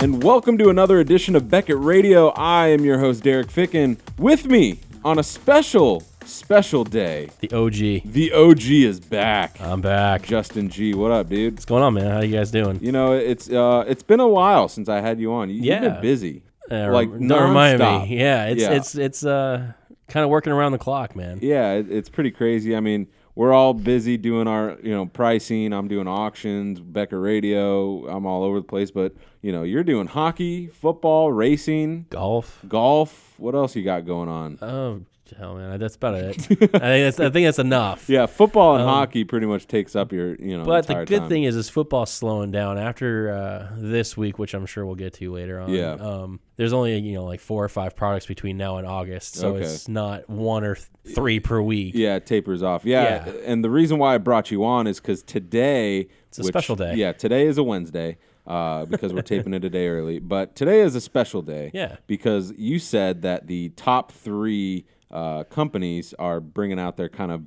and welcome to another edition of Beckett Radio. I am your host, Derek Ficken. With me on a special, special day, The OG. the OG is back. I'm back. What's Justin G, what up, dude? going on, man? How you guys doing? You know, it's uh, it's been a while since I had you on. You, You've Yeah. been busy, Uh, like rem- don't remind nonstop. me. Yeah, it's Yeah. it's it's uh kind of working around the clock, man. Yeah, it, it's pretty crazy. I mean, we're all busy doing our, you know, pricing. I'm doing auctions, Becker Radio. I'm all over the place, but you know, you're doing hockey, football, racing, Golf. golf. What else you got going on? Oh hell, man, that's about it. I think that's I think that's enough. Yeah, football and hockey pretty much takes up your, you know, Um, But the entire good time. thing is, is football's slowing down after uh, this week, which I'm sure we'll get to later on. Yeah. Um, there's only you know like four or five products between now and August, so Okay. it's not one or th- three per week. Yeah, it tapers off. Yeah, Yeah. and the reason why I brought you on is because today it's a special day. Yeah, today is a Wednesday uh, because we're taping it a day early. But today is a special day. Yeah. because you said that the top three uh, companies are bringing out their kind of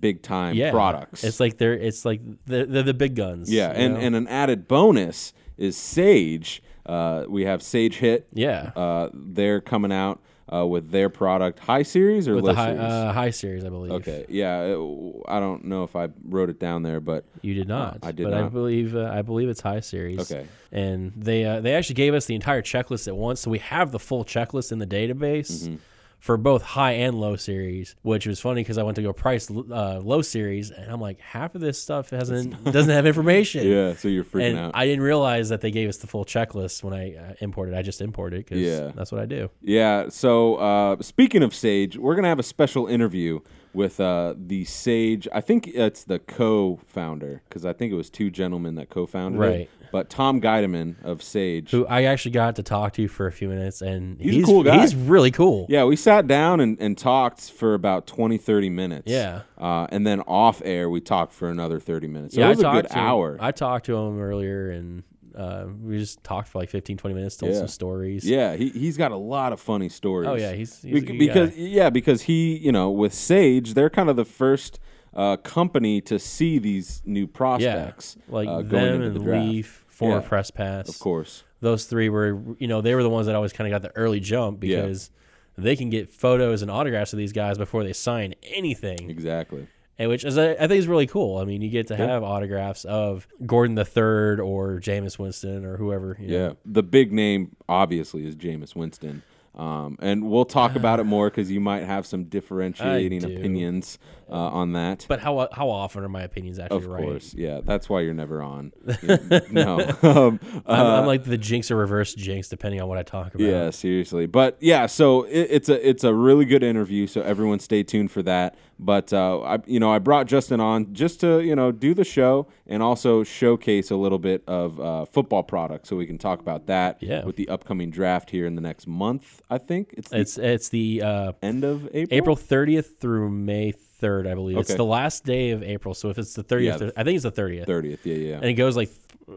big time Yeah. products. It's like they're it's like they're, they're the big guns. yeah, you and know? and an added bonus is Sage. Uh, we have Sage Hit. yeah. uh, they're coming out uh, with their product high series or with low the high series. uh, high series, I believe. Okay. Yeah. it- I don't know if I wrote it down there, but You did not. I did but I not. believe uh, I believe it's high series. Okay. And they uh, they actually gave us the entire checklist at once, so we have the full checklist in the database. Mm-hmm. For both high and low series, which was funny because I went to go price uh, low series, and I'm like, half of this stuff hasn't doesn't have information. yeah. So you're freaking and out. I didn't realize that they gave us the full checklist when I uh, imported. I just imported because Yeah. that's what I do. yeah. So uh, speaking of Sage, we're gonna have a special interview with uh, the Sage. I think it's the co-founder because I think it was two gentlemen that co-founded it. Right. But Tom Guideman of Sage. Who I actually got to talk to for a few minutes, and He's a cool guy. He's really cool. yeah, we sat down and, and talked for about 20, 30 minutes. Yeah. Uh, and then off air, we talked for another 30 minutes. So yeah, it was I a talked good to hour. Him. I talked to him earlier, and uh, we just talked for like 15, 20 minutes, told Yeah. some stories. Yeah, he he's got a lot of funny stories. Oh, yeah, he's- he's a Bec- good because yeah because he you know with Sage they're kind of the first uh, company to see these new yeah. prospects Like uh, going them into and the draft. Leaf, former Yeah. press pass. Of course, Those three were, you know, they were the ones that always kind of got the early jump Yeah. because they can get photos and autographs of these guys before they sign anything. exactly. And which is I I think is really cool. I mean, you get to have autographs of Gordon the Third or Jameis Winston or whoever. you know. Yeah, the big name obviously is Jameis Winston. Um, and we'll talk about it more because you might have some differentiating do. opinions uh, on that. But how how often are my opinions actually of right? course, yeah, that's why you're never on. Yeah, no, um, I'm, I'm like the jinx or reverse jinx, depending on what I talk about. Yeah, seriously. But yeah, so it, it's a it's a really good interview. So everyone, stay tuned for that. But uh, I, you know, I brought Justin on just to you know do the show and also showcase a little bit of uh, football products, so we can talk about that. Yeah. With the upcoming draft here in the next month, I think it's the It's it's the uh, end of April. April 30th through May 3rd, I believe. It's Okay. the last day of April. So if it's the 30th, Yeah, I think it's the 30th. thirtieth. Yeah, yeah. And it goes like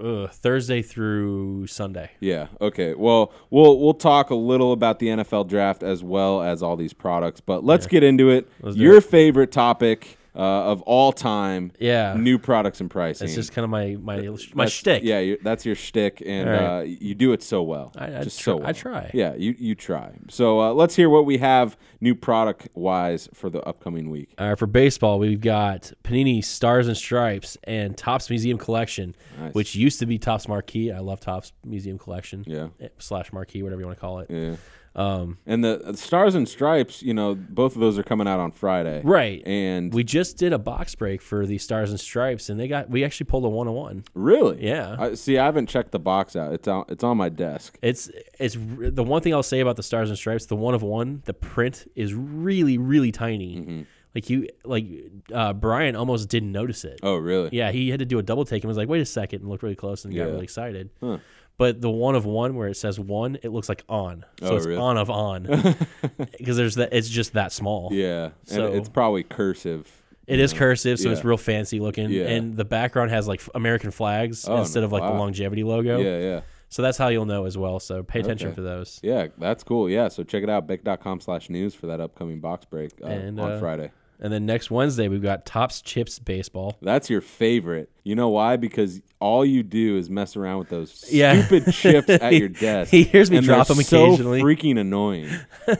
uh, Thursday through Sunday. Yeah. Okay. Well, we'll we'll talk a little about the NFL draft as well as all these products, but let's get into it. do Your favorite topic uh, of all time? Yeah. New products and pricing. It's just kind of my my my That's- shtick. Yeah, you that's your shtick, and Alright. uh, you do it so well. I- I just tr- so well. I try. Yeah, you you try. So uh, let's hear what we have new product wise for the upcoming week. All right, for baseball, we've got Panini Stars and Stripes and Topps Museum Collection, Nice. which used to be Topps Marquee. I love Topps Museum Collection. Yeah. Eh, Slash Marquee, whatever you want to call it. Yeah. Um, And the uh, stars and stripes, you know, both of those are coming out on Friday. right. And we just did a box break for the Stars and Stripes, and they got we actually pulled a one on one. really, Yeah. I, see, I haven't checked the box out. It's on it's on my desk. It's it's r- the one thing I'll say about the Stars and Stripes, the one of one, the print is really really tiny. Mm-hmm. Like you like uh, Brian almost didn't notice it. Oh, really? Yeah, he had to do a double take and was like, "Wait a second, and looked really close and Yeah. got really excited. Huh. But the one of one where it says one, it looks like on, so Oh, it's really? on of on because there's that. It's just that small. Yeah. And So- it's probably cursive. It is cursive, so it's Yeah. real fancy looking, Yeah. and the background has like f- American flags Oh, instead of like wow. the longevity logo. Yeah, yeah. So that's how you'll know as well. So pay attention Okay. for those. Yeah, that's cool. Yeah, so check it out, beck.com slash news for that upcoming box break uh, And, on uh, Friday. And then next Wednesday we've got Tops Chips Baseball. That's your favorite. You know why? Because all you do is mess around with those Yeah. stupid chips at your desk. He hears me and they're drop 'em so occasionally. freaking annoying.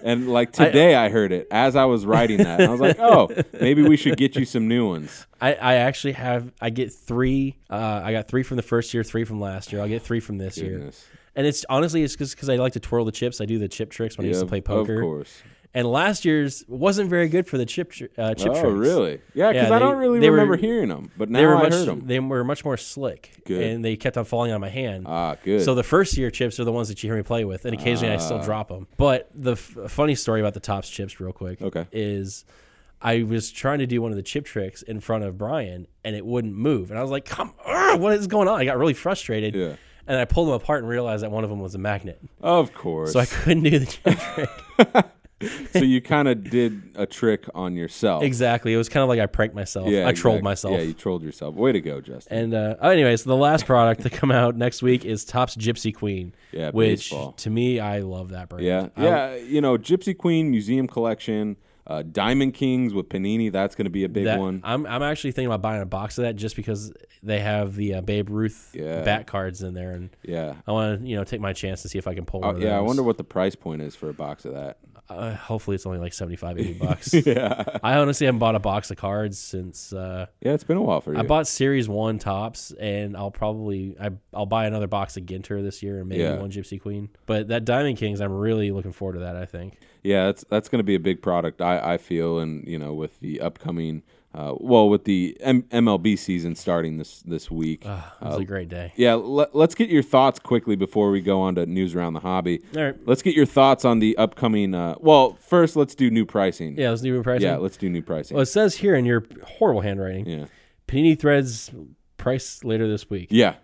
And like today, I, heard it as I was writing that. And I was like, oh, maybe we should get you some new ones. I, I actually have I get three. Uh, I got three from the first year, three from last year. I'll get three from this year. Goodness. And it's honestly it's just because I like to twirl the chips. I do the chip tricks when I used to Of- play poker. Of course. And last year's wasn't very good for the chip tr- uh, chip oh, tricks. really? Yeah, Yeah, because I they- don't really they were- remember hearing them, but now They were I much heard them. they were much more slick. Good. And they kept on falling out of my hand. ah, good. Ah. So the first year chips are the ones that you hear me play with, and occasionally I still drop them. But the f- funny story about the tops chips, real quick, Okay. is I was trying to do one of the chip tricks in front of Brian, and it wouldn't move, and I was like, "Come, on, what is going on?" I got really frustrated, Yeah. and I pulled them apart and realized that one of them was a magnet, of course. so I couldn't do the chip trick. so you kind of did a trick on yourself. Exactly, it was kind of like I pranked myself. Yeah, I trolled exact- myself. Yeah, you trolled yourself. Way to go, Justin. And uh, oh, anyways, the last product to come out next week is Topps Gypsy Queen. Yeah, which baseball. to me, I love that brand. Yeah, I- yeah. You know, Gypsy Queen Museum Collection, uh, Diamond Kings with Panini. That's going to be a big that- one. I'm I'm actually thinking about buying a box of that just because they have the uh, Babe Ruth Yeah. bat cards in there, and Yeah. I want to you know take my chance to see if I can pull Uh, one. of yeah, I those. wonder what the price point is for a box of that. Uh, hopefully, it's only like 75, 80 bucks. Yeah, I honestly haven't bought a box of cards since uh, yeah. It's been a while for you. I bought Series One tops, and I'll probably I I'll buy another box of Ginter this year, and maybe Yeah. one Gypsy Queen. But that Diamond Kings, I'm really looking forward to that. I think. yeah, that's that's going to be a big product. I I feel, and you know, with the upcoming, uh, well, with the M- MLB season starting this this week. It Uh, was a great day. yeah, let, let's get your thoughts quickly before we go on to news around the hobby. All right. Let's get your thoughts on the upcoming. Uh, well, first, let's do new pricing. Yeah, it was new pricing. yeah let's do new pricing. Well, it says here in your horrible handwriting, yeah. Panini Threads price later this week. Yeah.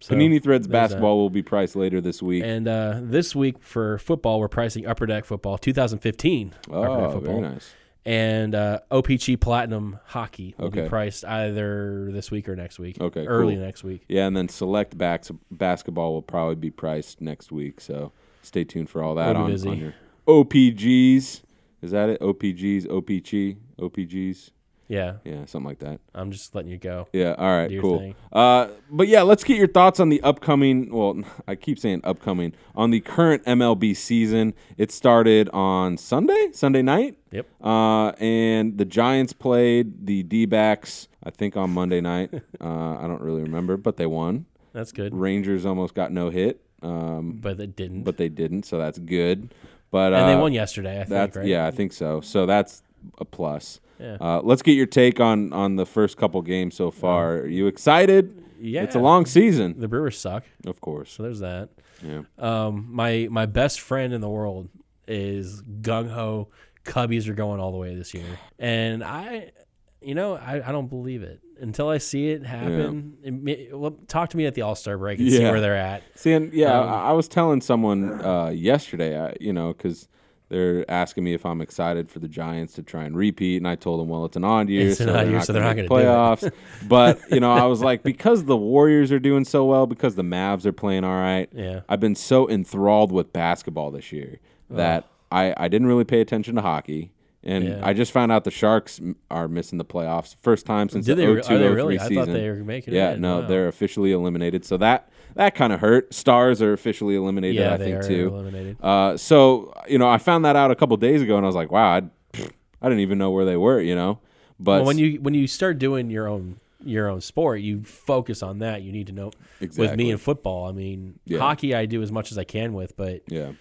So, Panini Threads there's basketball will be priced later this week. And uh, this week for football, we're pricing Upper Deck Football 2015. Upper Deck oh, very nice. And uh, OPG Platinum Hockey will Okay. be priced either this week or next week. Okay, Early cool. next week. Yeah, and then select backs basketball will probably be priced next week. So stay tuned for all that We'll be on, busy. on your OPGs. Is that it? OPGs, OPG, OPGs. Yeah. Yeah, something like that. I'm just letting you go. Yeah. All right. your Cool. thing. Uh, but yeah, let's get your thoughts on the upcoming. Well, I keep saying upcoming on the current MLB season. It started on Sunday, Sunday night. Yep. Uh, and the Giants played the D backs, I think, on Monday night. uh, I don't really remember, but they won. That's good. Rangers almost got no hit, um, But it didn't. but they didn't, so that's good. But uh, and they won yesterday, I think, that's right? yeah, I think so. So that's a plus. Yeah. Uh, let's get your take on on the first couple games so far. Are you excited? Yeah. It's a long season, The Brewers suck. of course. So there's that. Yeah. Um, my my best friend in the world is gung ho. Cubbies are going all the way this year, and I, you know, I, I don't believe it until I see it happen. It may- well, talk to me at the All Star break and see Yeah. where they're at. See, and yeah, um, I, I was telling someone uh, yesterday, I, you know, because they're asking me if I'm excited for the Giants to try and repeat, and I told them, well, it's an odd year, It's an odd year, so they're gonna not gonna make playoffs. but you know, I was like, because the Warriors are doing so well, because the Mavs are playing all right. Yeah. I've been so enthralled with basketball this year that I I didn't really pay attention to hockey. And Yeah. I just found out the Sharks m- are missing the playoffs first time since Did the they, re- 02 are they 03 really? season. I thought they were making Yeah, it. in. no, Wow. they're officially eliminated. So that that kind of hurt. Stars are officially eliminated, yeah, I they think are too. eliminated. Uh, so you know, I found that out a couple days ago, and I was like, wow, I, I didn't even know where they were. You know, but Well, when you when you start doing your own your own sport, you focus on that. You need to know. With Exactly. me in football, I mean, Yeah. hockey I do as much as I can with, but yeah,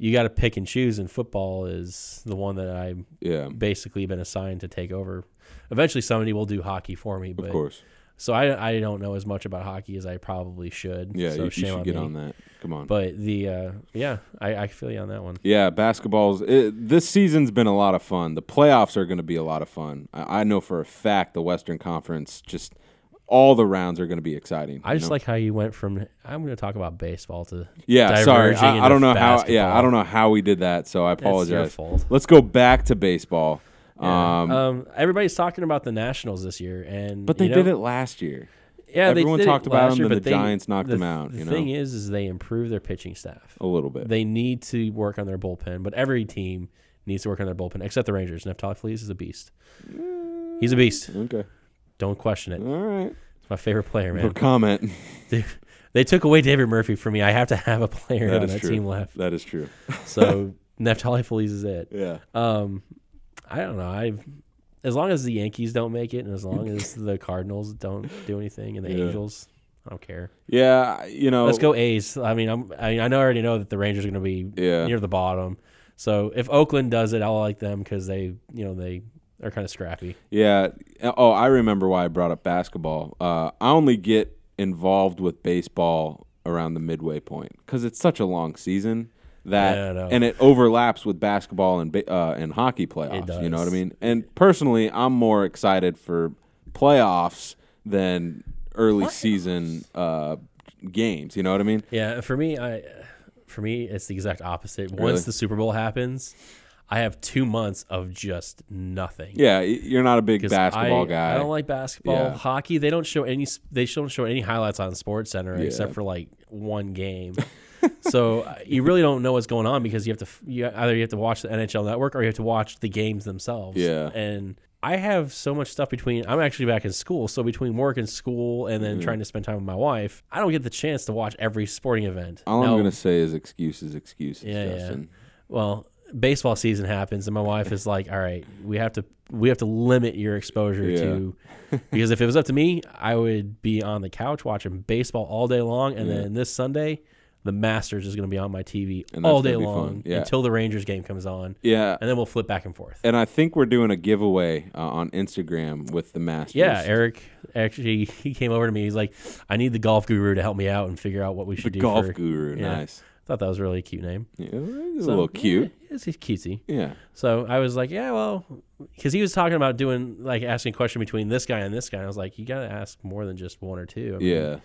you got to pick and choose, and football is the one that I've yeah, basically been assigned to take over. Eventually, somebody will do hockey for me, but of course, so I, I don't know as much about hockey as I probably should. yeah, so you, you shame should on get me. on that. Come on, But the uh, yeah, I, I feel you on that one. yeah, basketball's it, this season's been a lot of fun. The playoffs are going to be a lot of fun. I, I know for a fact the Western Conference just all the rounds are going to be exciting. I you just know? like how you went from I'm going to talk about baseball to Yeah, sorry. diverging I, I into don't know how. Yeah, basketball. I don't know how we did that. So I your apologize. fault. Let's go back to baseball. Um, Um, everybody's talking about the Nationals this year, and but they you know, did it last year. Yeah, they everyone did it talked about last them, year, then but the they- Giants knocked the, them out, The you thing know? is, is they improve their pitching staff. A little bit. They need to work on their bullpen, but every team needs to work on their bullpen, except the Rangers. Neftali is a beast. He's a beast. Okay. Don't question it. All right. He's my favorite player, No man. comment. They, they took away David Murphy for me. I have to have a player That on is that true. team left. That is true. So Neftali Feliz is it. Yeah. Um, I don't know. I as long as the Yankees don't make it, and as long as the Cardinals don't do anything, and the Yeah. Oh. Angels, I don't care. Yeah. You know. Let's go A's. I mean, I'm. I, mean, I know I already know that the Rangers are going to be Yeah. near the bottom. So if Oakland does it, I'll like them because they, you know, they are kind of scrappy. Yeah. Oh, I remember why I brought up basketball. Uh, I only get involved with baseball around the midway point because it's such a long season that, Yeah, I know. and it overlaps with basketball and ba- uh, and hockey playoffs. You know what I does. mean? And personally, I'm more excited for playoffs than early season uh, games. You know what I mean? Yeah, for me, I, for me, it's the exact opposite. Once Really? the Super Bowl happens, I have two months of just nothing. Yeah, y- you're not a big 'Cause basketball I, guy. I don't like basketball. Yeah. Hockey, they don't show any. s- They sh- don't show any highlights on Sports Center except for like one game. so uh, you really don't know what's going on because you have to f- you, either you have to watch the NHL Network or you have to watch the games themselves. Yeah. and. I have so much stuff between. I'm actually back in school, so between work and school, and Mm-hmm. then trying to spend time with my wife, I don't get the chance to watch every sporting event. All Now, I'm gonna say is excuses, excuses, Yeah, yeah. Justin. well baseball season happens and my wife is like all right we have to we have to limit your exposure to because if it was up to me i would be on the couch watching baseball all day long and then this sunday the masters is going to be on my tv And that's all day gonna be fun, long yeah. until the rangers game comes on Yeah, and then we'll flip back and forth and I think we're doing a giveaway uh, on Instagram with the Masters. yeah eric actually he came over to me he's like i need the golf guru to help me out and figure out what we should do golf for guru. yeah. Nice. thought that was a really cute name Yeah, it's So, a little cute. yeah, it's, it's cutesy Yeah. So I was like, yeah, well, because he was talking about doing like asking a question between this guy and this guy. And I was like, you got to ask more than just one or two. I mean, Yeah.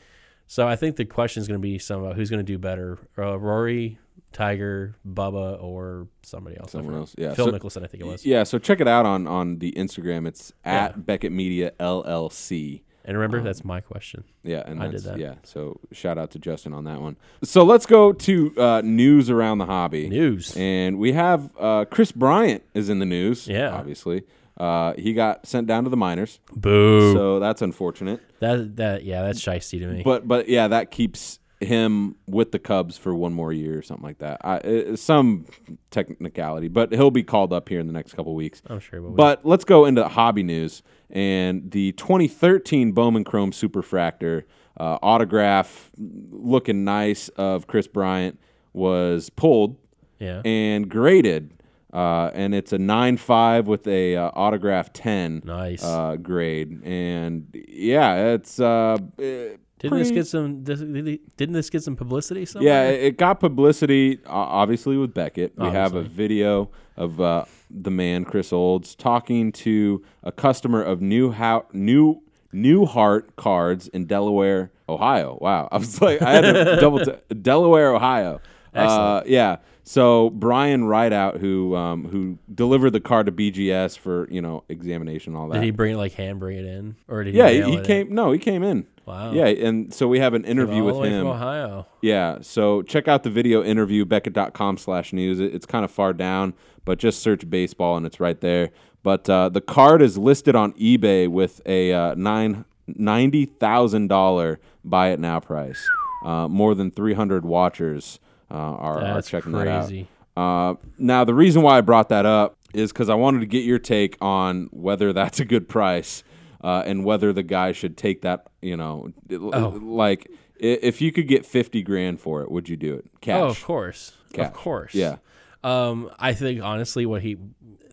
So I think the question is going to be some about who's going to do better, uh, Rory, Tiger, Bubba, or somebody else. I Someone forgot. else. Yeah. Phil So- Mickelson, I think it was. Yeah. So check it out on on the Instagram. It's Yeah. at Beckett Media LLC. And remember, Um, that's my question. Yeah, and I that's, did that. Yeah. So shout out to Justin on that one. So let's go to uh, news around the hobby. News. And we have uh, Chris Bryant is in the news. Yeah. Obviously, uh, he got sent down to the minors. Boo. So that's unfortunate. that that yeah, that's shisty to me. But but yeah, that keeps him with the Cubs for one more year or something like that. I, uh, some technicality, but he'll be called up here in the next couple weeks. I'm sure. But, but But let's go into hobby news and the 2013 Bowman Chrome Superfractor uh, autograph, looking nice of Chris Bryant, was pulled yeah, and graded, uh, and it's a nine five with a uh, autograph ten nice. uh, grade, and yeah, it's uh, eh, didn't this pretty- get some? this- Didn't this get some publicity? yeah, Somewhere? it, it got publicity o- obviously with Beckett. We have a Obviously. video of uh, the man Chris Olds talking to a customer of New How New Newhart Cards in Delaware, Ohio. Wow, I was like, I had to double t- Delaware, Ohio. Uh, yeah. So Brian Rideout, who um, who delivered the card to BGS for you know examination, and all that. Did he bring it like hand bring it in, or did he yeah, he, mail he it in? came. No, he came in. Wow. Yeah, and so we have an interview all with the way him. from Ohio. Yeah, so check out the video interview, Beckett.com slash news. It- It's kind of far down, but just search baseball and it's right there. But uh, the card is listed on eBay with a uh, nine, $90,000 buy it now price. Uh, more than 300 watchers uh, are, are That's checking that out. crazy. Uh, now, the reason why I brought that up is because I wanted to get your take on whether that's a good price uh, and whether the guy should take that. You know, it- Oh. like i- if you could get fifty grand for it, would you do it? Oh, of Cash. course, Cash. of course. Yeah. Um, I think honestly, what he,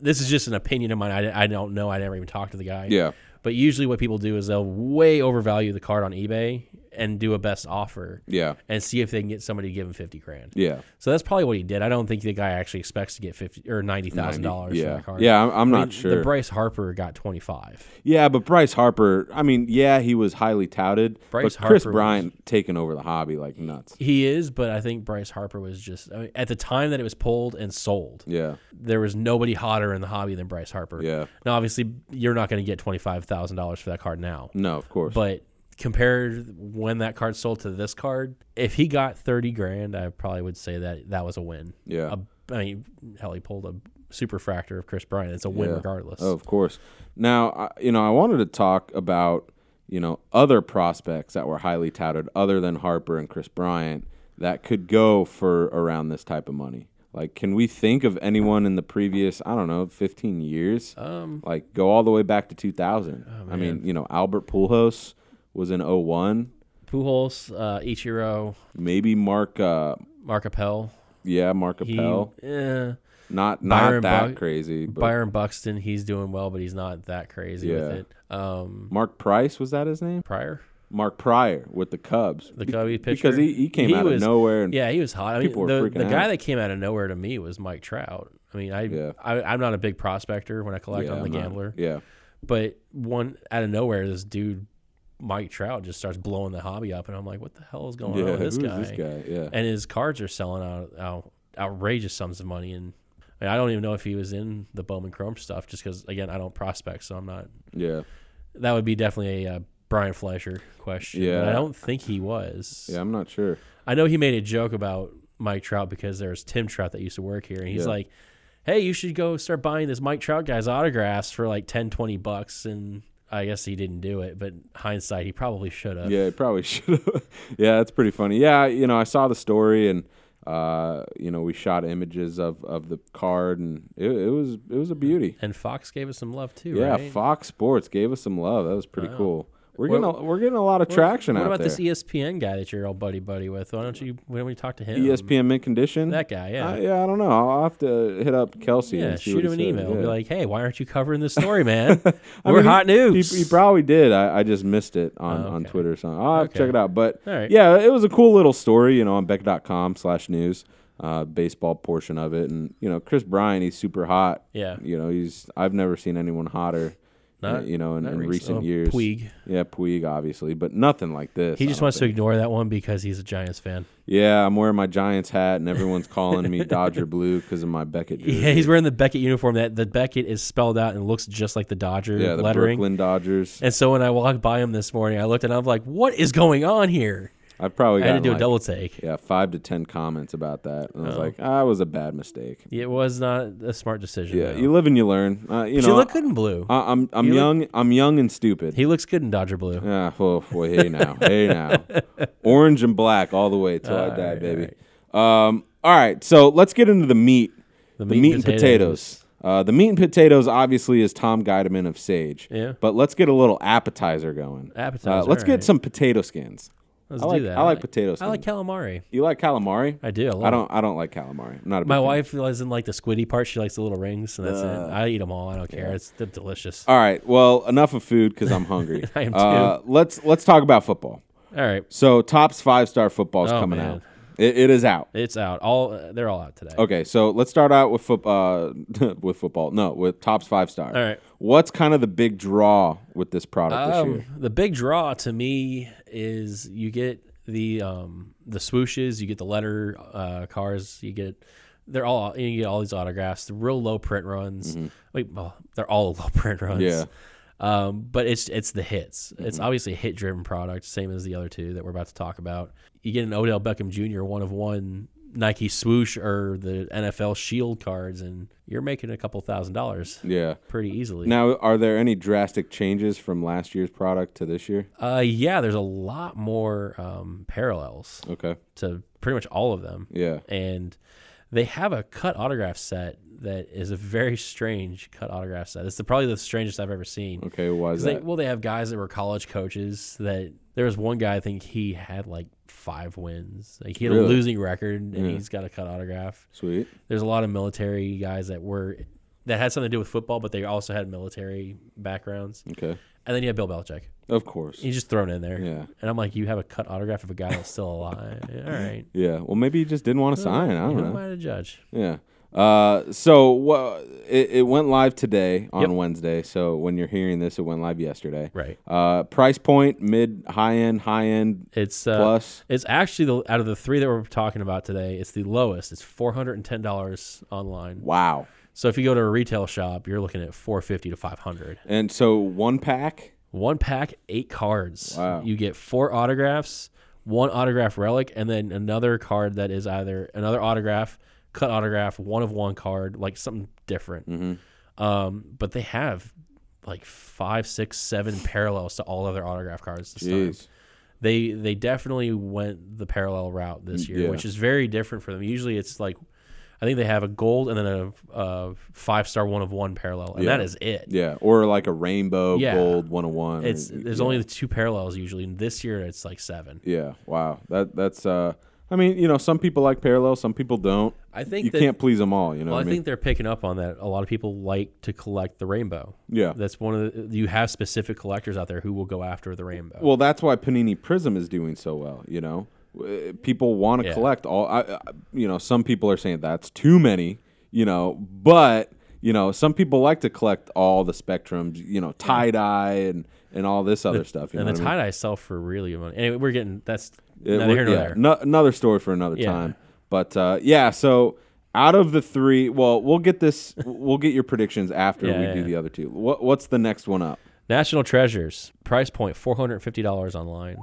this is just an opinion of mine. I, I don't know. I never even talked to the guy. Yeah. But usually, what people do is they'll way overvalue the card on eBay and do a best offer Yeah. and see if they can get somebody to give him fifty grand. Yeah. So that's probably what he did. I don't think the guy actually expects to get fifty or ninety thousand dollars for Yeah. that card. Yeah. I'm, I'm I not mean, sure. The Bryce Harper got twenty five. yeah, but Bryce Harper. I mean, yeah, he was highly touted. but Chris Bryce Harper was- Bryant taking over the hobby like nuts. He is, but I think Bryce Harper was just I mean, at the time that it was pulled and sold. Yeah. there was nobody hotter in the hobby than Bryce Harper. Yeah. Now, obviously, you're not going to get twenty five thousand dollars for that card now, No, of course. but compared when that card sold to this card, if he got thirty grand, I probably would say that that was a win. yeah. A- I mean, hell, he pulled a superfractor of Chris Bryant. It's a win Yeah. regardless. Oh, of course. Now, I, you know, I wanted to talk about you know other prospects that were highly touted, other than Harper and Chris Bryant, that could go for around this type of money. Like, can we think of anyone in the previous, I don't know, 15 years? Uh, Um, like, go all the way back to 2000. oh, I mean, you know, Albert Pujols was in 01. Pujols, uh, Ichiro, Maybe Mark, uh, Mark Appel. yeah, Mark He, Appel. eh, Not not Byron that Buck- crazy. But Byron Buxton, he's doing well, but he's not that crazy with Yeah. it. Um, Mark Price was that his name? Pryor, Mark Pryor with the Cubs. the Cubby pitcher, because he, he came out was- of nowhere and Yeah, he was hot. I mean, people were the, freaking the guy out. that came out of nowhere to me was Mike Trout. I mean, I, Yeah. I I'm not a big prospector when I collect Yeah, on the I'm not- gambler, yeah, but one out of nowhere, this dude Mike Trout just starts blowing the hobby up, and I'm like, what the hell is going yeah. on with Who's this guy? this guy? Yeah, And his cards are selling out, out outrageous sums of money, and I, mean, I don't even know if he was in the Bowman Chrome stuff, just because again, I don't prospect, so I'm not. yeah, That would be definitely a uh, Brian Fleischer question. but Yeah. I don't think he was. yeah. I'm not sure. I know he made a joke about Mike Trout because there's Tim Trout that used to work here, and he's Yeah. like, "Hey, you should go start buying this Mike Trout guy's autographs for like 10, 20 bucks." And I guess he didn't do it, but hindsight, he probably should have. Yeah, it probably should. have. yeah, that's pretty funny. Yeah, you know, I saw the story and uh, you know, we shot images of of the card and it, it was it was a beauty. And Fox gave us some love too. Yeah, right? Fox Sports gave us some love. That was pretty Wow. cool. We're getting a, we're getting a lot of traction What out about there. this E ESPN guy that you're all buddy buddy with? Why don't you? Why don't we talk to him? ESPN mid condition. That guy, yeah. Uh, yeah, I don't know. I'll have to hit up Kelsey yeah, and see shoot what him an he says. email. Yeah. Be like, hey, why aren't you covering this story, man? We're I mean, hot he- news. He, he probably did. I, I just missed it on, Oh, on okay. Twitter or something. I'll have to Okay. check it out. But All right. yeah, it was a cool little story, you know, on Beck.com slash news, uh, baseball portion of it. And, you know, Chris Bryan, he's super hot. Yeah. You know, he's I've never seen anyone hotter, Not- you know, in, not in recent- recent oh, years. Puig. Yeah, Puig, obviously, but nothing like this. he I just don't wants to think. ignore that one because he's a Giants fan. Yeah, I'm wearing my Giants hat, and everyone's calling me Dodger Blue because of my Beckett. jersey. Yeah, he's wearing the Beckett uniform. That the Beckett is spelled out and looks just like the Dodger yeah, the lettering. Brooklyn Dodgers. And so when I walked by him this morning, I looked and I'm like, "What is going on here?" I've probably I had to gotten do a like double take. Yeah, five to ten comments about that. And I was Oh. like, ah, it was a bad mistake. It was not a smart decision. Yeah, no. you live and you learn. Uh, you But know, you look good in blue. I, I'm I'm you look- young. I'm young and stupid. he looks good in Dodger blue. Ah, oh boy, hey now, hey now, orange and black all the way till I All die, right, baby. Um, all right, so let's get into the meat, the, meat meat, and and potatoes. Uh, the meat and potatoes obviously is Tom Guideman of Sage. Yeah. But let's get a little appetizer going. Uh, Appetizer, let's get alright. some potato skins. Let's I like do that. I like potato skins. I like calamari. you like calamari? I do. I, love I it. don't. I don't like calamari. I'm not a big My fan. wife doesn't like the squiddy part. She likes the little rings, and that's Uh, it. I eat them all. I don't care. It's d- delicious. All right. Well, enough of food because I'm hungry. I am Uh, let's let's talk about football. All right, So, tops five star football is Oh, coming man. out. It, it is out. it's out. All uh, they're all out today. Okay, so let's start out with foot, uh, with football. No, with tops five star. All right. What's kind of the big draw with this product this Um, year? the big draw to me is you get the um, the swooshes, you get the letter uh, cars, you get they're all you get all these autographs, the real low print runs. Wait, well, they're all low print runs. Mm-hmm. Yeah. Mm-hmm. Um, but it's it's the hits. It's obviously a hit driven product, same as the other two that we're about to talk about. You get an Odell Beckham Jr. one of one Nike swoosh or the NFL Shield cards, and you're making a couple thousand dollars Yeah. pretty easily. Now, are there any drastic changes from last year's product to this year? Uh, yeah, there's a lot more um, parallels Okay. to pretty much all of them, Yeah. and they have a cut autograph set that is a very strange cut autograph set. It's the, probably the strangest I've ever seen. Okay. Why is 'Cause they- that? well, they have guys that were college coaches. That there was one guy I think he had like five wins. Like he had a Really? Hmm. losing record, and he's got a cut autograph. Sweet. There's a lot of military guys that were that had something to do with football, but they also had military backgrounds. Okay. And then you have Bill Belichick. Of course. He's just thrown in there. Yeah. And I'm like, you have a cut autograph of a guy that's still alive. All right. Yeah. Well, maybe you just didn't want to sign. I Who don't know. am I to judge? Yeah. Uh, so wha- it, it went live today on Wednesday. So when you're hearing this, it went live yesterday. Right. Uh, price point, mid, high end, high end. It's uh, Plus. It's actually the out of the three that we're talking about today, it's the lowest. It's four hundred and ten dollars online. Wow. So if you go to a retail shop, you're looking at four fifty to five hundred. And so one pack. One pack, eight cards. Wow. You get four autographs, one autograph relic, and then another card that is either another autograph, cut autograph, one of one card, like something different. Mm-hmm. Um, but they have like five, six, seven parallels to all other autograph cards. This time Jeez. they they definitely went the parallel route this year, Mm, yeah. which is very different for them. Usually, it's like I think they have a gold and then a, a five star one of one parallel, and Yeah. that is it. Yeah, or like a rainbow Yeah. gold 101. It's or- there's yeah. only the two parallels usually, and this year it's like seven. Yeah, wow. That that's uh I mean, you know, some people like parallel, some people don't. I think you that- can't please them all, you know Well, what I I mean? think they're picking up on that. A lot of people like to collect the rainbow. Yeah. that's one of the, you have specific collectors out there who will go after the rainbow. Well, that's why Panini Prism is doing so well. You know, Uh, people want to Yeah. collect all. I, I, you know, some people are saying that's too many. You know, but you know, some people like to collect all the spectrums. You know, tie dye and and all this other stuff. You and know the what I mean? tie dye sell for really money. Anyway, we're getting that's It neither would- here nor yeah, there. no- another story for another Yeah. time. But uh, yeah, so out of the three, well, we'll get this. we'll get your predictions after Yeah, we yeah, do yeah. the other two. What what's the next one up? National Treasures price point four hundred fifty dollars online.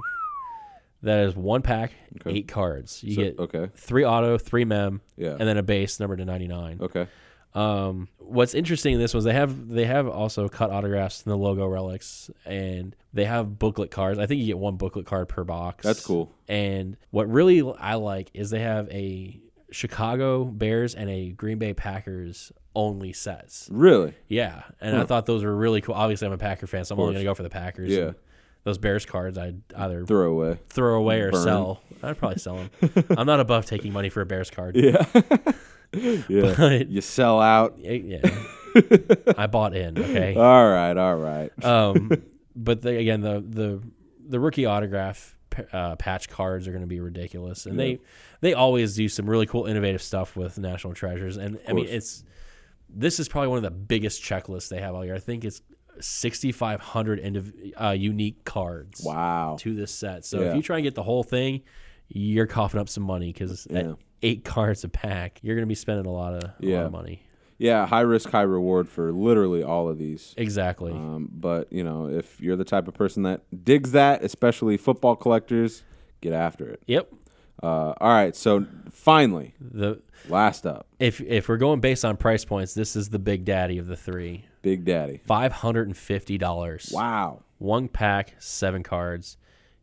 That is one pack, eight cards. You get okay. three auto, three mem, Yeah. and then a base numbered to ninety nine. Okay. Um, what's interesting in this was they have they have also cut autographs and the logo relics, and they have booklet cards. I think you get one booklet card per box. That's cool. And what really I like is they have a Chicago Bears and a Green Bay Packers only sets. Really? Yeah, and I thought those were really cool. Obviously, I'm a Packer fan, so I'm only course. gonna go for the Packers. Yeah. And Those Bears cards, I'd either Throw away. throw away or burn. sell. I'd probably sell them. I'm not above taking money for a Bears card. Yeah. yeah. But- eh, You sell out. yeah, I bought in. Okay. All right, all right. Um, but the, again, the the the rookie autograph pa- uh, patch cards are going to be ridiculous, and they they always do some really cool, innovative stuff with National Treasures. And I mean, course. it's this is probably one of the biggest checklists they have all year. I think it's 6,500 indiv- uh, unique cards Wow. to this set. So Yeah. if you try and get the whole thing, you're coughing up some money because Yeah. eight cards a pack, you're going to be spending a lot of, a lot Yeah. of money. Yeah, high risk, high reward for literally all of these. Exactly. Um, but you know, if you're the type of person that digs that, especially football collectors, get after it. yep. Uh, all right, so finally, The last up, if if we're going based on price points, this is the big daddy of the three. Big Daddy. Five hundred and fifty dollars. Wow. One pack, seven cards.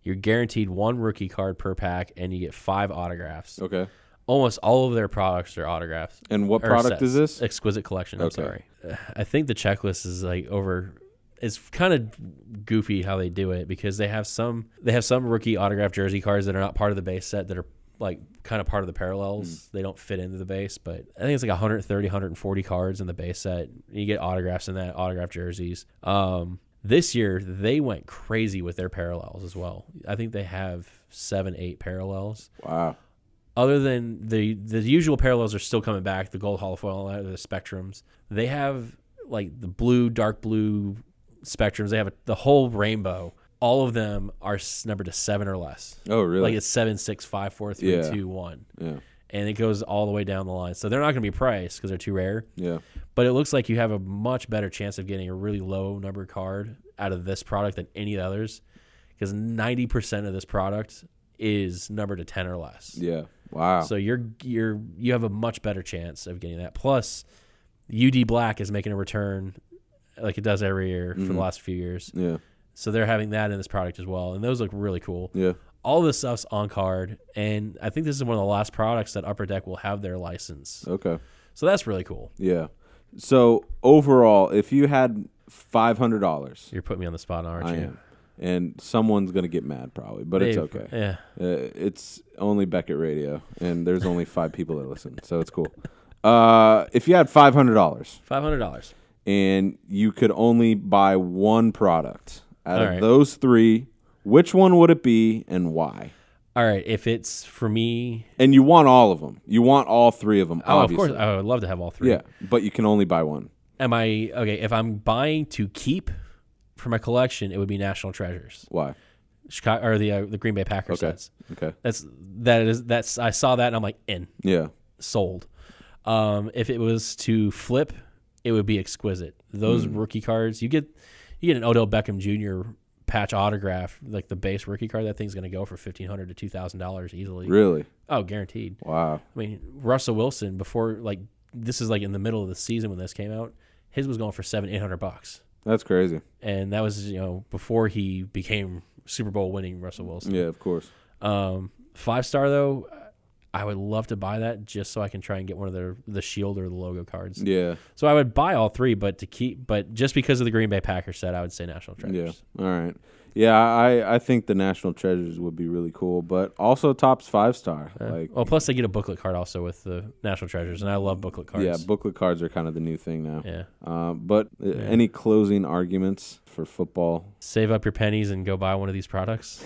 You're guaranteed one rookie card per pack, and you get five autographs. Okay. Almost all of their products are autographs. And what or product sets. is this? Exquisite Collection. I'm Okay. sorry. I think the checklist is like over. It's kind of goofy how they do it because they have some they have some rookie autograph jersey cards that are not part of the base set that are like kind of part of the parallels. Hmm. They don't fit into the base, but I think it's like 130, 140 cards in the base set. You get autographs in that autograph jerseys. Um, this year they went crazy with their parallels as well. I think they have seven, eight parallels Wow. other than the the usual parallels are still coming back the gold hollow foil and the spectrums they have like the blue dark blue spectrums they have a, the whole rainbow all of them are s- numbered to seven or less Oh, like really? it's seven six five four three two one, Yeah. yeah. and it goes all the way down the line so they're not going to be priced because they're too rare Yeah. but it looks like you have a much better chance of getting a really low number card out of this product than any of the others because 90% of this product is numbered to 10 or less Yeah. Wow. so you're you're you have a much better chance of getting that. Plus, UD Black is making a return, like it does every year for Mm-hmm. the last few years. yeah. So they're having that in this product as well, and those look really cool. Yeah. All this stuff's on card, and I think this is one of the last products that Upper Deck will have their license. Okay. So that's really cool. Yeah. So overall, if you had five hundred dollars, You're putting me on the spot, aren't I you? am, and someone's gonna get mad probably, but it's Dave, okay. Yeah. Uh, it's only Beckett Radio, and there's only five people that listen, so it's cool. Uh, if you had five hundred dollars Five hundred dollars. and you could only buy one product out of All right. those three, which one would it be and why? All right. If it's for me, And you want all of them. You want all three of them. oh, obviously. of course, I would love to have all three. Yeah, but you can only buy one. Am I okay? If I'm buying to keep for my collection, it would be National Treasures. Why? Chicago or the uh, the Green Bay Packers Okay. sets. Okay. That's that is that's I saw that and I'm like in Yeah. sold. Um, if it was to flip, Hmm. it would be exquisite. Those rookie cards you get, you get an Odell Beckham Jr. patch autograph, like the base rookie card, that thing's going to go for fifteen hundred to two thousand dollars easily. Really? Oh, guaranteed. Wow. I mean, Russell Wilson before like this is like in the middle of the season when this came out, his was going for seven eight hundred bucks, That's crazy. and that was you know before he became Super Bowl winning Russell Wilson. Yeah, of course. Um, five star though, I would love to buy that just so I can try and get one of the the shield or the logo cards. Yeah. So I would buy all three, but to keep, but just because of the Green Bay Packers set, I would say National Treasures. Yeah. All right. Yeah, I, I think the National Treasures would be really cool, but also tops five star. Like Well, Oh, plus they get a booklet card also with the National Treasures, and I love booklet cards. yeah, booklet cards are kind of the new thing now. yeah. Uh, but uh, any closing arguments for football? Save up your pennies and go buy one of these products.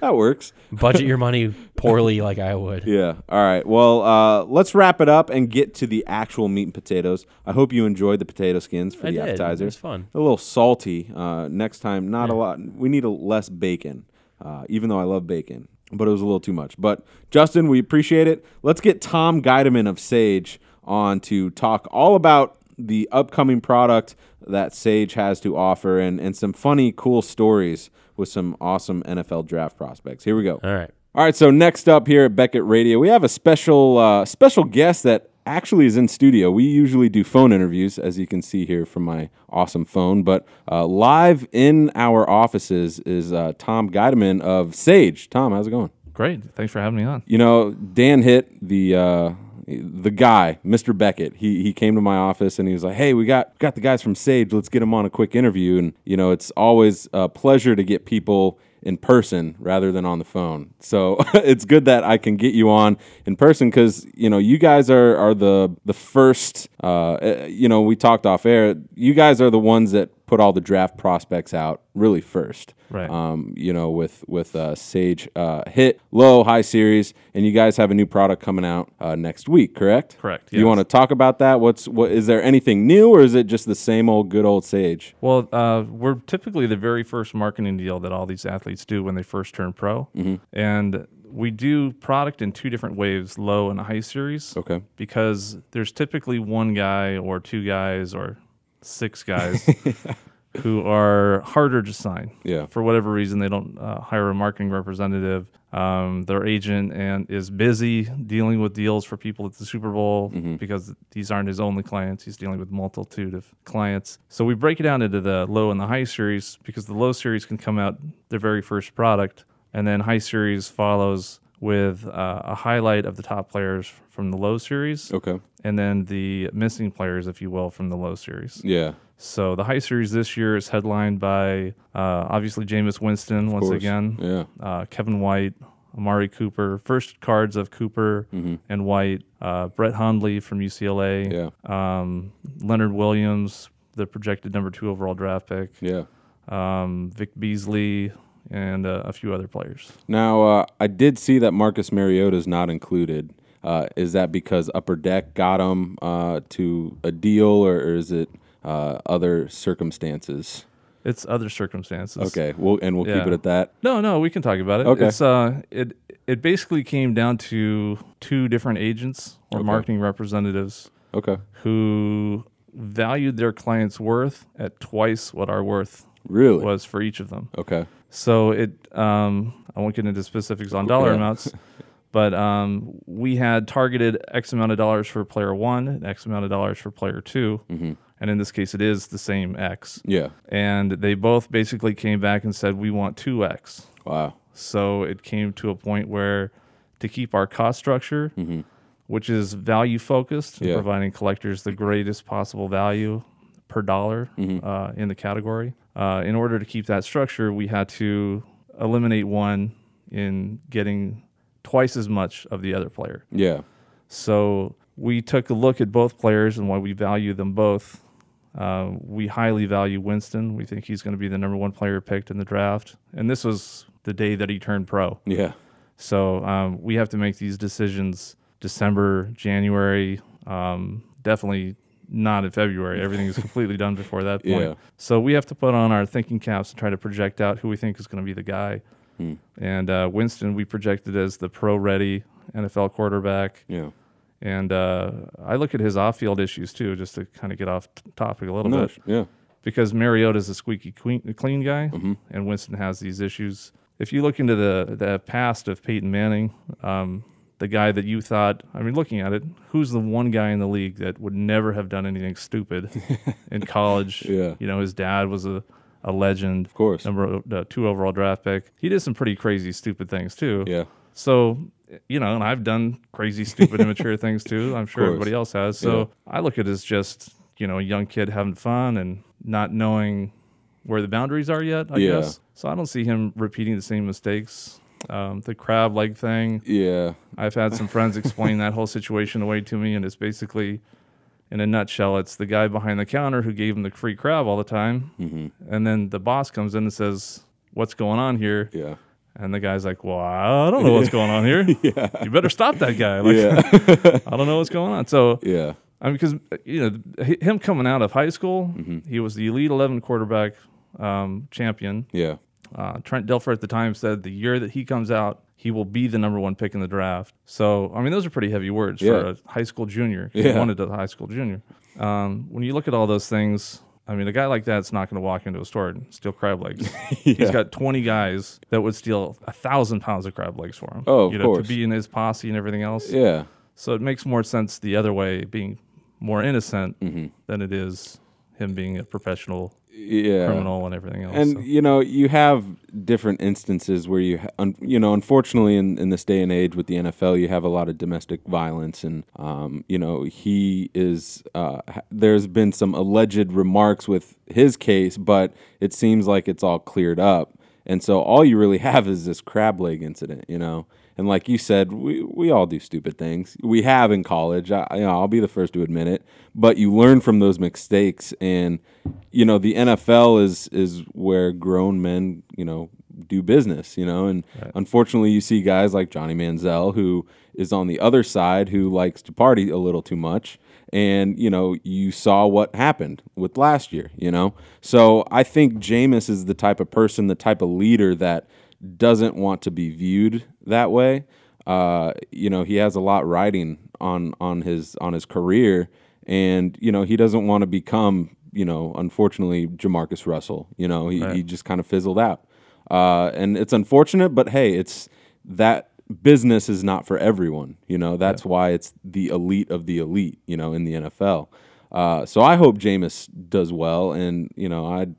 That works. Budget your money poorly, like I would. Yeah. All right. Well, uh, let's wrap it up and get to the actual meat and potatoes. I hope you enjoyed the potato skins for I the did. It was appetizers. fun. A little salty. Uh, next time, not a lot. We need a less bacon, uh, even though I love bacon, but it was a little too much. But Justin, we appreciate it. Let's get Tom Guideman of Sage on to talk all about the upcoming product that Sage has to offer and, and some funny, cool stories with some awesome NFL draft prospects. Here we go. All right. All right, so next up here at Beckett Radio, we have a special uh, special guest that actually is in studio. We usually do phone interviews, as you can see here from my awesome phone, but uh, live in our offices is uh, Tom Guideman of Sage. Tom, how's it going? Great. Thanks for having me on. You know, Dan hit the uh, the guy, Mr. Beckett. He he came to my office and he was like, "Hey, we got got the guys from Sage. Let's get them on a quick interview." And you know, it's always a pleasure to get people in person rather than on the phone. So it's good that I can get you on in person because you know you guys are are the the first. Uh, eh, you know, we talked off air. You guys are the ones that put all the draft prospects out really first Right. um, you know, with with uh, Sage uh, hit low high series, and you guys have a new product coming out uh, next week, correct? Correct, You yes. want to talk about that? What's what? Is there anything new, or is it just the same old good old Sage? Well, uh, we're typically the very first marketing deal that all these athletes do when they first turn pro. And we do product in two different waves low and high series. Okay. Because there's typically one guy or two guys or six guys who are harder to sign. Yeah. For whatever reason, they don't uh, hire a marketing representative. Um, their agent and is busy dealing with deals for people at the Super Bowl because these aren't his only clients. He's dealing with multitude of clients. So we break it down into the low and the high series because the low series can come out their very first product, and then high series follows with uh, a highlight of the top players from the low series, Okay. and then the missing players, if you will, from the low series. Yeah. So the high series this year is headlined by uh, obviously Jameis Winston once course. again, Yeah. uh, Kevin White, Amari Cooper, first cards of Cooper Mm-hmm. and White, uh, Brett Hundley from UCLA, um, Leonard Williams, the projected number two overall draft pick, Yeah. um, Vic Beasley, and uh, a few other players. Now uh, I did see that Marcus Mariota is not included. Uh, is that because Upper Deck got him uh, to a deal, or, or is it uh, other circumstances? It's other circumstances. Okay. We'll and we'll keep Yeah. it at that. No, no, we can talk about it. Okay. It's uh it it basically came down to two different agents or marketing representatives Okay. who valued their client's worth at twice what our worth Really. was for each of them. Okay. So it, um, I won't get into specifics on dollar Yeah. amounts, but um, we had targeted X amount of dollars for player one and X amount of dollars for player 2 And in this case, it is the same X. Yeah. And they both basically came back and said, we want 2X. Wow. So it came to a point where to keep our cost structure, which is value focused, Yeah. providing collectors the greatest possible value per dollar uh, in the category. Uh, in order to keep that structure, we had to eliminate one in getting twice as much of the other player. Yeah. So we took a look at both players and why we value them both. Uh, we highly value Winston. We think he's going to be the number one player picked in the draft. And this was the day that he turned pro. Yeah. So um, we have to make these decisions December, January, um, definitely not in February. Everything is completely done before that point. Yeah. So we have to put on our thinking caps and try to project out who we think is going to be the guy. And uh, Winston, we projected as the pro ready NFL quarterback. Yeah. And uh, I look at his off field issues too, just to kind of get off t- topic a little No, bit. yeah. because Mariota's a squeaky queen, clean guy, Mm-hmm. and Winston has these issues. If you look into the the past of Peyton Manning, um, the guy that you thought, I mean, looking at it, who's the one guy in the league that would never have done anything stupid in college? Yeah. You know, his dad was a, a legend, of course. number uh, two overall draft pick. He did some pretty crazy, stupid things too. Yeah. So, you know, and I've done crazy, stupid, immature things too. I'm sure course. everybody else has. So I look at it as just, you know, a young kid having fun and not knowing where the boundaries are yet, I Yeah. guess. So I don't see him repeating the same mistakes. Um, the crab leg thing, Yeah. I've had some friends explain that whole situation away to me, and it's basically, in a nutshell, it's the guy behind the counter who gave him the free crab all the time. Mm-hmm. And then the boss comes in and says, What's going on here? Yeah. And the guy's like, "Well, I don't know what's going on here. You better stop that guy. Like, Yeah. I don't know what's going on." So, yeah. I mean, because you know, h- him coming out of high school, he was the elite eleven quarterback um, champion. Yeah. Uh, Trent Dilfer at the time said, "The year that he comes out, he will be the number one pick in the draft." So, I mean, those are pretty heavy words for Yeah. a high school junior. He Yeah. wanted a high school junior. Um, when you look at all those things. I mean, a guy like that's not going to walk into a store and steal crab legs. He's got 20 guys that would steal a thousand pounds of crab legs for him. Oh, of you know, course. to be in his posse and everything else. Yeah. So it makes more sense the other way, being more innocent Mm-hmm. than it is him being a professional Yeah. criminal and everything else. And so. you know, you have different instances where you, ha- un- you know, unfortunately, in, in this day and age with the NFL, you have a lot of domestic violence, and um, you know, he is. Uh, ha- there's been some alleged remarks with his case, but it seems like it's all cleared up, and so all you really have is this crab leg incident, you know. And like you said, we, we all do stupid things. We have in college. I, you know, I'll be the first to admit it. But you learn from those mistakes, and you know the NFL is is where grown men you know do business. You know, and unfortunately, you see guys like Johnny Manziel who is on the other side who likes to party a little too much, and you know you saw what happened with last year. You know, so I think Jameis is the type of person, the type of leader that doesn't want to be viewed that way. Uh, you know, he has a lot riding on on his on his career, and you know he doesn't want to become you know unfortunately Jamarcus Russell. You know, he, he just kind of fizzled out, uh, and it's unfortunate, but hey, it's that business is not for everyone. You know, that's why it's the elite of the elite. You know, in the NFL. Uh, so I hope Jameis does well, and you know I'd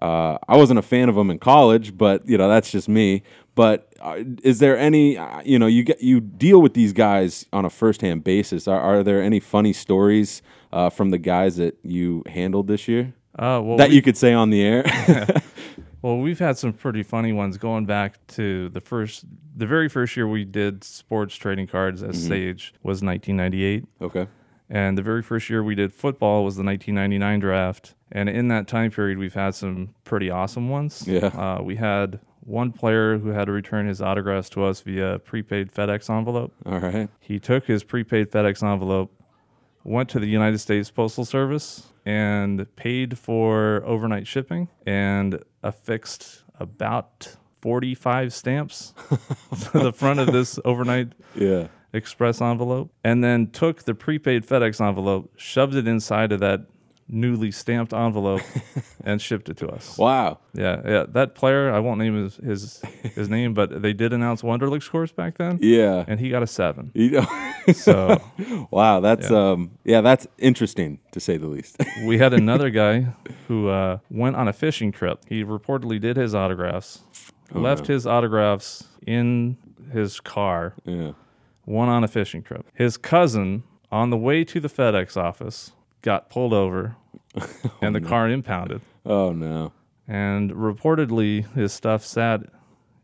uh, I wasn't a fan of him in college, but you know that's just me. But uh, is there any uh, you know you get you deal with these guys on a firsthand basis? Are, are there any funny stories uh, from the guys that you handled this year Uh, well, that we, you could say on the air? well, we've had some pretty funny ones going back to the first, the very first year we did sports trading cards as Sage was 1998. okay. And the very first year we did football was the 1999 draft. And in that time period, we've had some pretty awesome ones. Yeah. Uh, we had one player who had to return his autographs to us via prepaid FedEx envelope. All right. He took his prepaid FedEx envelope, went to the United States Postal Service, and paid for overnight shipping and affixed about 45 stamps to the front of this overnight Yeah. express envelope and then took the prepaid FedEx envelope, shoved it inside of that newly stamped envelope and shipped it to us. Wow. Yeah, yeah. That player, I won't name his his, his name, but they did announce Wonderlic scores back then. Yeah. And he got a seven. You know- So wow. That's um. Yeah. That's interesting to say the least. we had another guy who uh, went on a fishing trip. He reportedly did his autographs, left his autographs in his car, yeah. one on a fishing trip. His cousin, on the way to the FedEx office, got pulled over and the car impounded. Oh no. And reportedly, his stuff sat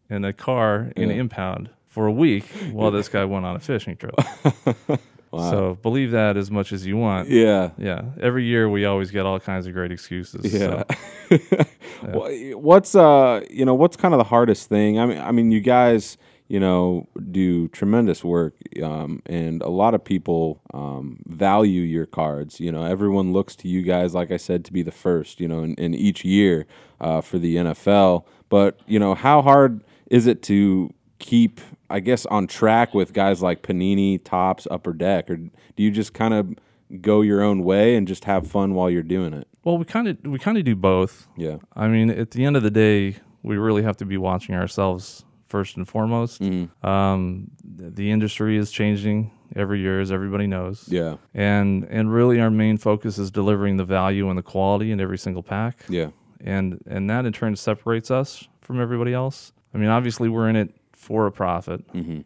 in a car in impound for a week while this guy went on a fishing trip. So believe that as much as you want. Yeah. Yeah. Every year, we always get all kinds of great excuses. Yeah. So. Wha- What's uh you know what's kind of the hardest thing? I mean I mean you guys you know do tremendous work um, and a lot of people um, value your cards you know everyone looks to you guys like i said to be the first you know in, in each year uh, for the nfl but you know how hard is it to keep i guess on track with guys like panini tops upper deck or do you just kind of go your own way and just have fun while you're doing it Well, we kind of we kind of do both. Yeah. I mean, at the end of the day, we really have to be watching ourselves first and foremost. Mm. Um, th- the industry is changing every year, as everybody knows. Yeah. And and really, our main focus is delivering the value and the quality in every single pack. Yeah. And and that in turn separates us from everybody else. I mean, obviously, we're in it for a profit,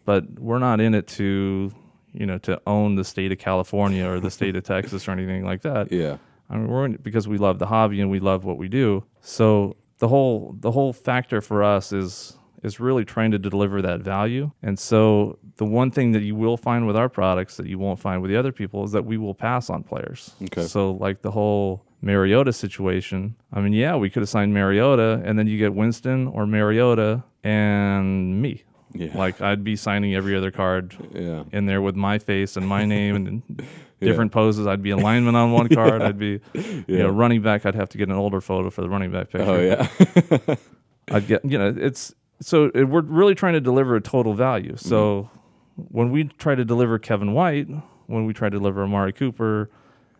but we're not in it to you know to own the state of California or the state of Texas or anything like that. Yeah. I mean, we're in it because we love the hobby and we love what we do. So the whole the whole factor for us is is really trying to deliver that value. And so the one thing that you will find with our products that you won't find with the other people is that we will pass on players. Okay. So like the whole Mariota situation. I mean, yeah, we could have signed Mariota and then you get Winston or Mariota and me. Yeah. Like I'd be signing every other card Yeah. in there with my face and my name and different poses. I'd be a lineman on one card. I'd be, you know, running back. I'd have to get an older photo for the running back picture. Oh yeah. I'd get, you know, it's so it, we're really trying to deliver a total value. So Mm-hmm. when we try to deliver Kevin White, when we try to deliver Amari Cooper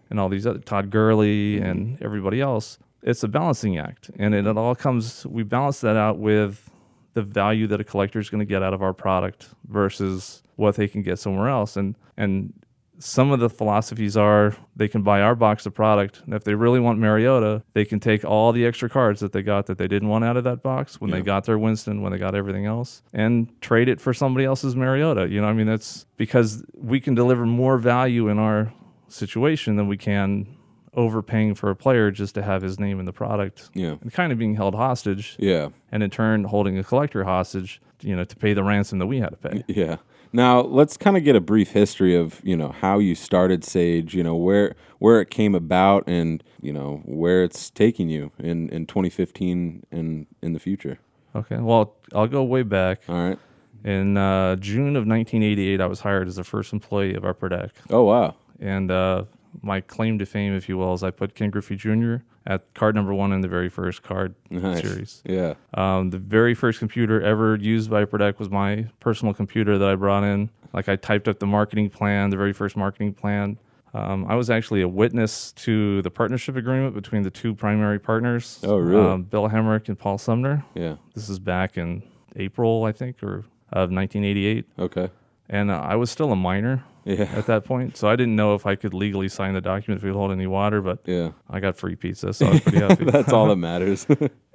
and all these other Todd Gurley and everybody else, it's a balancing act. And it, it all comes, we balance that out with the value that a collector is going to get out of our product versus what they can get somewhere else. And, and, some of the philosophies are they can buy our box of product, and if they really want Mariota, they can take all the extra cards that they got that they didn't want out of that box when they got their Winston, when they got everything else, and trade it for somebody else's Mariota. You know, I mean, that's because we can deliver more value in our situation than we can overpaying for a player just to have his name in the product Yeah. and kind of being held hostage Yeah. and in turn holding a collector hostage you know to pay the ransom that we had to pay Yeah. Now let's kind of get a brief history of you know how you started Sage, you know where where it came about, and you know where it's taking you in in 2015 and in the future. okay well i'll go way back All right. In uh, June of 1988, I was hired as the first employee of Upper Deck. Oh wow. And uh, my claim to fame, if you will, is I put Ken Griffey Jr. at card number one in the very first card Nice. series. Yeah. Um, the very first computer ever used by Upper Deck was my personal computer that I brought in. Like I typed up the marketing plan, the very first marketing plan. Um, I was actually a witness to the partnership agreement between the two primary partners. Um, Oh, really? Bill Hemrick and Paul Sumner. Yeah. This is back in April, I think, or of 1988 Okay. and uh, I was still a minor Yeah. at that point, so I didn't know if I could legally sign the document if it would hold any water. But Yeah. I got free pizza, so I was pretty happy. That's all that matters.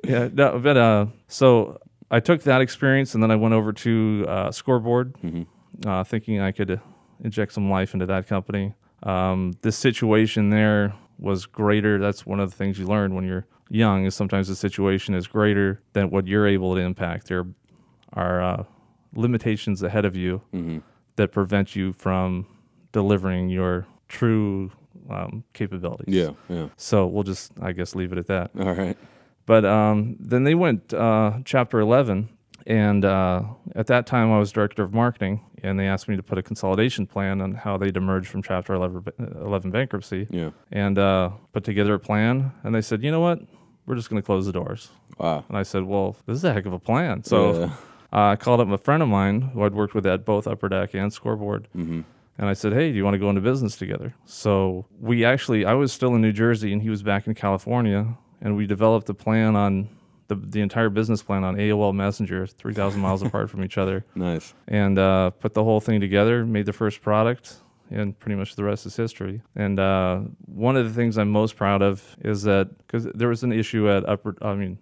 yeah, no, but uh, so I took that experience, and then I went over to uh, Scoreboard, uh, thinking I could inject some life into that company. Um, the situation there was greater. That's one of the things you learn when you're young is sometimes the situation is greater than what you're able to impact. There are uh, limitations ahead of you that prevent you from delivering your true um, capabilities. yeah. Yeah. So we'll just, I guess, leave it at that. All right. But um, then they went uh, chapter 11. And uh, at that time, I was director of marketing, and they asked me to put a consolidation plan on how they'd emerge from Chapter 11, ba- 11 bankruptcy Yeah. and uh, put together a plan. And they said, you know what? We're just going to close the doors. Wow. And I said, well, this is a heck of a plan. So Yeah. uh, I called up a friend of mine who I'd worked with at both Upper Deck and Scoreboard. Mm-hmm. And I said, hey, do you want to go into business together? So we actually, I was still in New Jersey and he was back in California. And we developed a plan on the, the entire business plan on AOL Messenger, 3,000 miles apart from each other, Nice. and uh, put the whole thing together, made the first product. And pretty much the rest is history. And uh, one of the things I'm most proud of is that because there was an issue at Upper, I mean,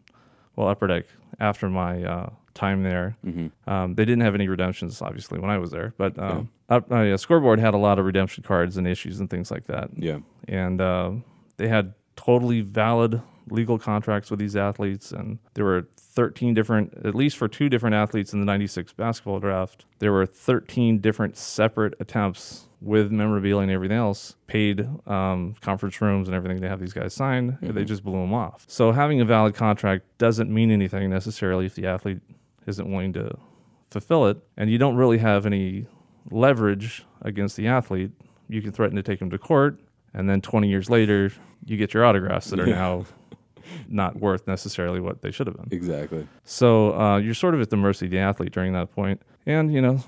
well, Upper Deck after my uh, time there. Mm-hmm. Um, they didn't have any redemptions, obviously, when I was there. But um, up, uh, yeah, Scoreboard had a lot of redemption cards and issues and things like that. Yeah. And uh, they had totally valid legal contracts with these athletes. And there were 13 different, at least for two different athletes in the 96 basketball draft, there were 13 different separate attempts with memorabilia and everything else, paid um, conference rooms and everything to have these guys sign. They just blew them off. So having a valid contract doesn't mean anything necessarily if the athlete isn't willing to fulfill it. And you don't really have any leverage against the athlete. You can threaten to take him to court. And then 20 years later, you get your autographs that are now not worth necessarily what they should have been. Exactly. So uh, you're sort of at the mercy of the athlete during that point. And, you know,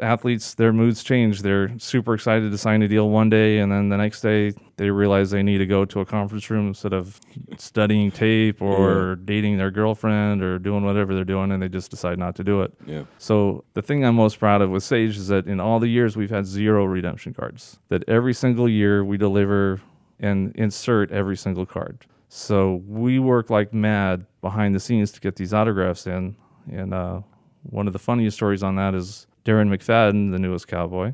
athletes, their moods change. They're super excited to sign a deal one day, and then the next day they realize they need to go to a conference room instead of studying tape or dating their girlfriend or doing whatever they're doing, and they just decide not to do it. Yeah. So the thing I'm most proud of with Sage is that in all the years we've had zero redemption cards. That every single year we deliver and insert every single card. So we work like mad behind the scenes to get these autographs in. And uh, one of the funniest stories on that is Darren McFadden, the newest Cowboy.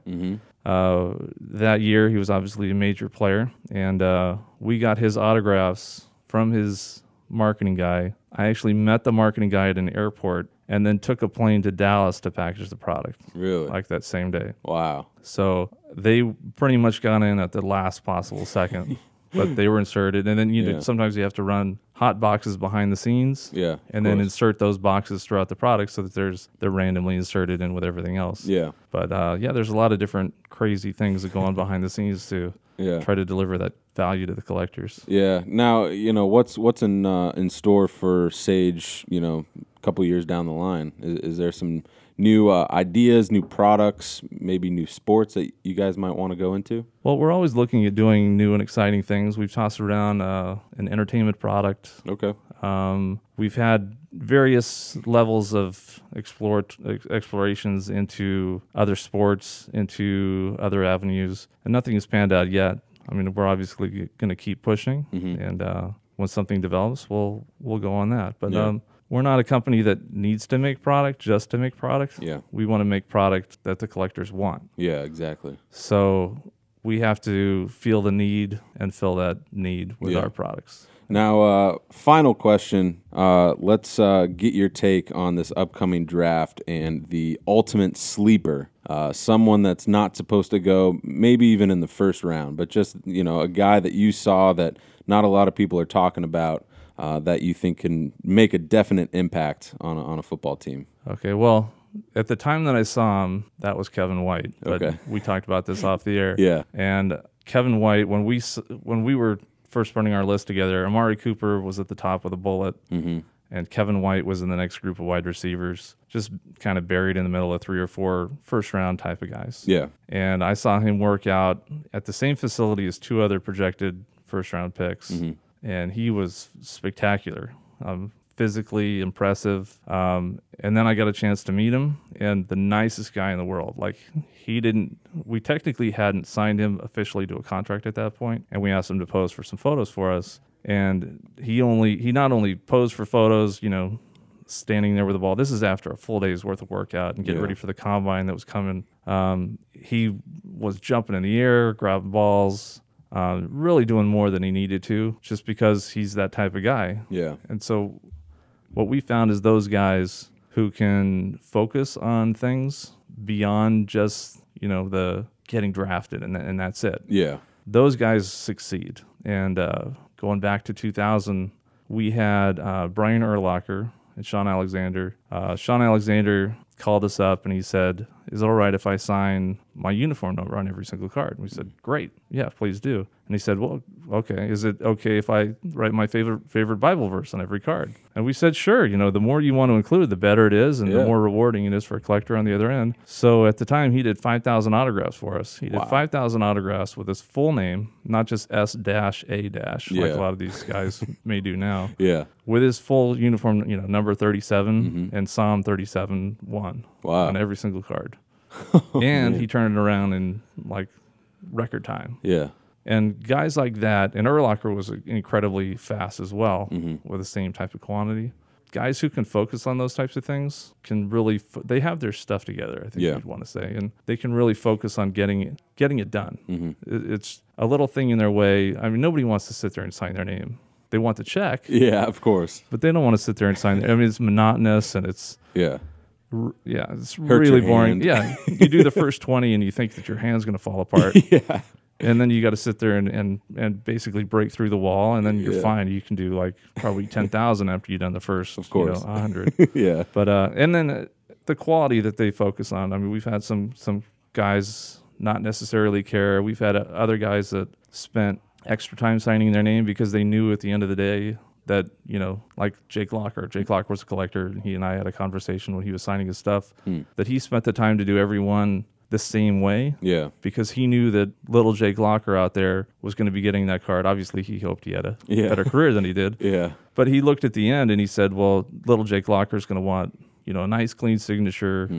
Uh, that year he was obviously a major player, and uh, we got his autographs from his marketing guy. I actually met the marketing guy at an airport and then took a plane to Dallas to package the product Really? like that same day. wow. So they pretty much got in at the last possible second, but they were inserted. And then you Yeah. know, sometimes you have to run hot boxes behind the scenes. Yeah, of And then course. insert those boxes throughout the product so that there's they're randomly inserted in with everything else. Yeah. But uh, yeah, there's a lot of different crazy things that go on behind the scenes to Yeah. try to deliver that value to the collectors. Yeah. Now you know what's what's in uh, in store for Sage. You know, a couple years down the line, is, is there some new uh, ideas, new products, maybe new sports that you guys might want to go into? Well, we're always looking at doing new and exciting things. We've tossed around uh, an entertainment product. Okay. Um, we've had various levels of explore, ex- explorations into other sports, into other avenues, and nothing has panned out yet. I mean, we're obviously going to keep pushing, Mm-hmm. and uh, when something develops, we'll we'll go on that. But Yeah. um, we're not a company that needs to make product just to make product. Yeah. we want to make product that the collectors want. Yeah. Exactly. So we have to feel the need and fill that need with Yeah. our products. Now, uh, final question. Uh, let's uh, get your take on this upcoming draft and the ultimate sleeper. Uh, someone that's not supposed to go, maybe even in the first round, but just you know, a guy that you saw that not a lot of people are talking about uh, that you think can make a definite impact on a, on a football team. Okay, well, at the time that I saw him, that was Kevin White. But Okay. we talked about this off the air. Yeah. And Kevin White, when we s- when we were first putting our list together, Amari Cooper was at the top with a bullet, mm-hmm. and Kevin White was in the next group of wide receivers, just kind of buried in the middle of three or four first round type of guys. Yeah, And I saw him work out at the same facility as two other projected first round picks. And he was spectacular, um, physically impressive. Um, and then I got a chance to meet him and the nicest guy in the world. Like, he didn't, we technically hadn't signed him officially to a contract at that point, And we asked him to pose for some photos for us. And he only, he not only posed for photos, you know, standing there with the ball. This is after a full day's worth of workout and getting Yeah. ready for the combine that was coming. Um, he was jumping in the air, grabbing balls, uh, really doing more than he needed to, just because he's that type of guy. yeah, And so, what we found is those guys who can focus on things beyond just you know the getting drafted and, and that's it yeah, those guys succeed. And uh, going back to 2000, we had uh, Brian Urlacher and Sean Alexander. Uh, Sean Alexander called us up and he said, Is it all right if I sign my uniform number on every single card? And we said, Great. Yeah, please do. And he said, Well, okay. Is it okay if I write my favorite, favorite Bible verse on every card? And we said, Sure. You know, the more you want to include, the better it is and Yeah. the more rewarding it is for a collector on the other end. So at the time, he did 5,000 autographs for us. He did 5,000 autographs with his full name, not just S dash A dash, like Yeah. a lot of these guys may do now, yeah. with his full uniform, you know, number 37 and Psalm 37 1 Mm-hmm. Wow. on every single card. and he turned it around in like record time. Yeah, And guys like that, and Urlacher was incredibly fast as well Mm-hmm. with the same type of quantity. Guys who can focus on those types of things can really, fo- they have their stuff together, I think Yeah. you'd want to say. And they can really focus on getting it, getting it done. Mm-hmm. It- It's a little thing in their way. I mean, nobody wants to sit there and sign their name. They want the check, yeah. Of course. but they don't want to sit there and sign their, I mean, it's monotonous and it's, Yeah, r- yeah, it's Hurt your really boring. hand. Yeah, you do the first twenty and you think that your hand's going to fall apart. yeah, and then you got to sit there and, and and basically break through the wall, and then you're Yeah. fine. You can do like probably ten thousand after you've done the first, of course. you know, hundred. yeah, But uh, and then uh, the quality that they focus on. I mean, we've had some some guys not necessarily care. We've had uh, other guys that spent extra time signing their name because they knew at the end of the day that you know, like Jake Locker. Jake Locker was a collector, and he and I had a conversation when he was signing his stuff that he spent the time to do everyone the same way Yeah. because he knew that little Jake Locker out there was going to be getting that card. Obviously, he hoped he had a Yeah. better career than he did. Yeah. But he looked at the end and he said, "Well, little Jake Locker is going to want you know a nice clean signature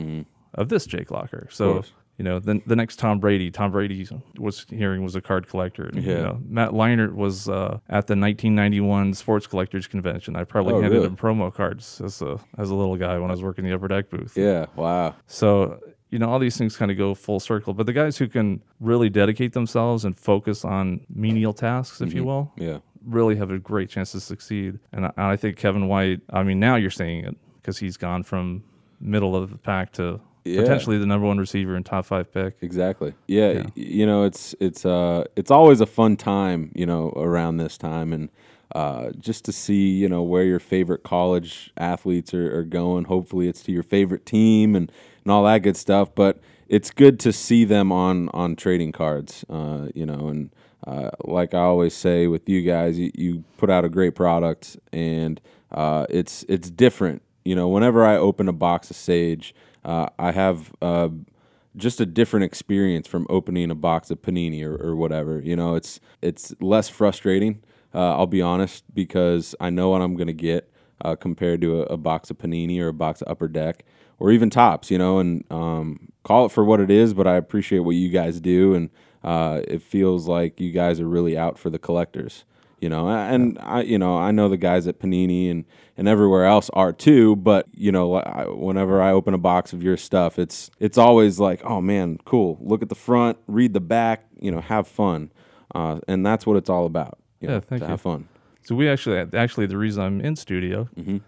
of this Jake Locker." So Mm-hmm. course. you know, then the next Tom Brady. Tom Brady was hearing was a card collector. And, you Yeah. know, Matt Leinart was uh, at the 1991 Sports Collectors Convention. I probably Oh, handed really? him promo cards as a as a little guy when I was working the upper deck booth. Yeah. Wow. So, you know, all these things kind of go full circle. But the guys who can really dedicate themselves and focus on menial tasks, if Mm-hmm. you will, Yeah. really have a great chance to succeed. And I, I think Kevin White, I mean, now you're seeing it because he's gone from middle of the pack to Yeah. potentially the number one receiver and top five pick. Exactly. Yeah, y- You know, it's it's uh it's always a fun time. You know, around this time and. Uh, just to see, you know, where your favorite college athletes are, are going. Hopefully, it's to your favorite team and, and all that good stuff. But it's good to see them on on trading cards, uh, you know. And uh, like I always say with you guys, you, you put out a great product, and uh, it's it's different. You know, whenever I open a box of Sage, uh, I have uh, just a different experience from opening a box of panini or, or whatever you know it's it's less frustrating uh, i'll be honest because i know what i'm going to get uh, compared to a, a box of panini or a box of upper deck or even tops you know and um, call it for what it is but i appreciate what you guys do and uh, it feels like you guys are really out for the collectors you know and i you know i know the guys at panini and and everywhere else are too but you know I, whenever i open a box of your stuff it's it's always like oh man cool look at the front read the back you know have fun uh, and that's what it's all about you Yeah, know, thank to you. have fun So we actually, actually, the reason I'm in studio Mm-hmm.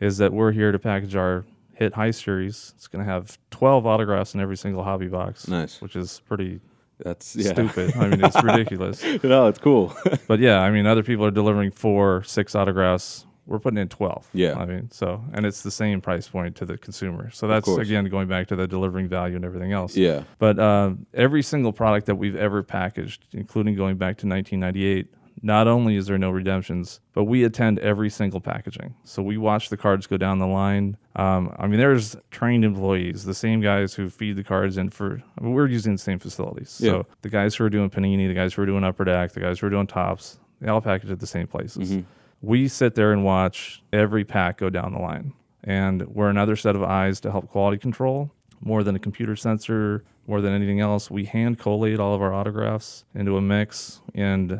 is that we're here to package our hit high series. It's going to have 12 autographs in every single hobby box. Nice. Which is pretty that's yeah stupid. I mean, it's ridiculous. no it's cool But yeah, I mean, other people are delivering four, six autographs. We're putting in twelve. Yeah. I mean, so and it's the same price point to the consumer. So that's course. again going back to the delivering value and everything else. yeah But uh, every single product that we've ever packaged, including going back to 1998, not only is there no redemptions, but we attend every single packaging. So we watch the cards go down the line. Um, I mean, there's trained employees, the same guys who feed the cards in for, I mean, we're using the same facilities. Yeah. So the guys who are doing Panini, the guys who are doing Upper Deck, the guys who are doing Tops, they all package at the same places. We sit there and watch every pack go down the line. And we're another set of eyes to help quality control more than a computer sensor, more than anything else. We hand collate all of our autographs into a mix. And,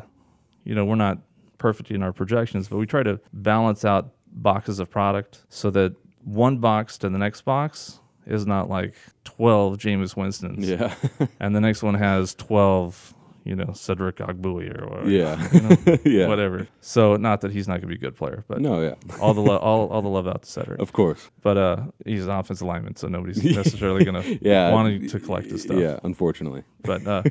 you know, we're not perfect in our projections, but we try to balance out boxes of product so that one box to the next box is not like 12 Jameis Winstons yeah and the next one has 12 you know cedric ogbui or whatever, yeah yeah whatever so not that he's not going to be a good player but no yeah all the lo- all, all the love out to cedric of course but uh he's an offensive lineman so nobody's necessarily going to yeah want to collect his stuff yeah unfortunately but uh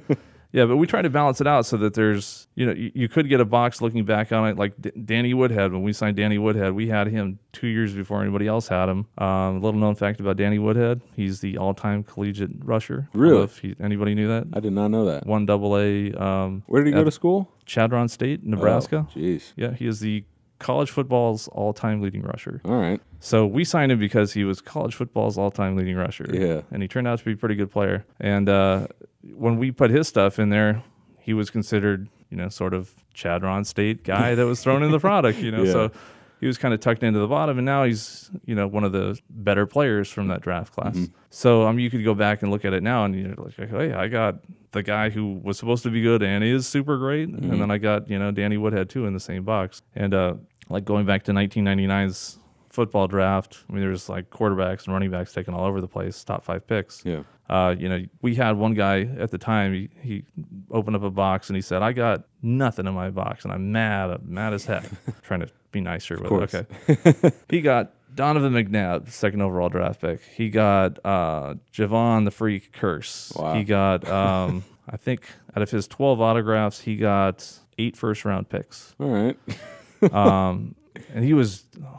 Yeah, but we try to balance it out so that there's, you know, you, you could get a box looking back on it like D- Danny Woodhead. When we signed Danny Woodhead, we had him two years before anybody else had him. Um, little known fact about Danny Woodhead, he's the all time collegiate rusher. I don't know Really? If he, anybody knew that? i did not know that one double A. Um, where did he go at to school Chadron State, Nebraska. Oh, jeez Yeah, he is the college football's all-time leading rusher. all right So we signed him because he was college football's all-time leading rusher. Yeah. and he turned out to be a pretty good player. And uh, when we put his stuff in there, he was considered, you know, sort of Chadron State guy that was thrown in the product. You know, Yeah. so he was kind of tucked into the bottom, and now he's, you know, one of the better players from that draft class. Mm-hmm. So um, you could go back and look at it now, and you're like, "Oh, hey, I got the guy who was supposed to be good and is super great, Mm-hmm. and then I got you know Danny Woodhead too in the same box, and uh, like going back to 1999's football draft. I mean, there's like quarterbacks and running backs taken all over the place, top five picks. yeah Uh, you know, we had one guy at the time. He, he opened up a box and he said, "I got nothing in my box, and I'm mad, I'm mad as heck." Trying to be nicer with course. it. Okay. he got Donovan McNabb, second overall draft pick. He got uh, Javon the Freak Curse. Wow. He got, um, I think, out of his 12 autographs, he got eight first round picks all right um, and he was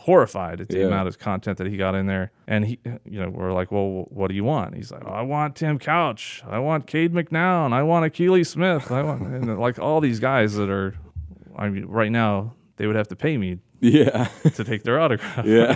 horrified at the Yeah. amount of content that he got in there. And he, you know, we're like, well, what do you want? He's like, I want Tim Couch, I want Cade McNown, I want Akili uh, Smith, I want, and like all these guys that are, I mean, right now they would have to pay me Yeah. to take their autograph. Yeah.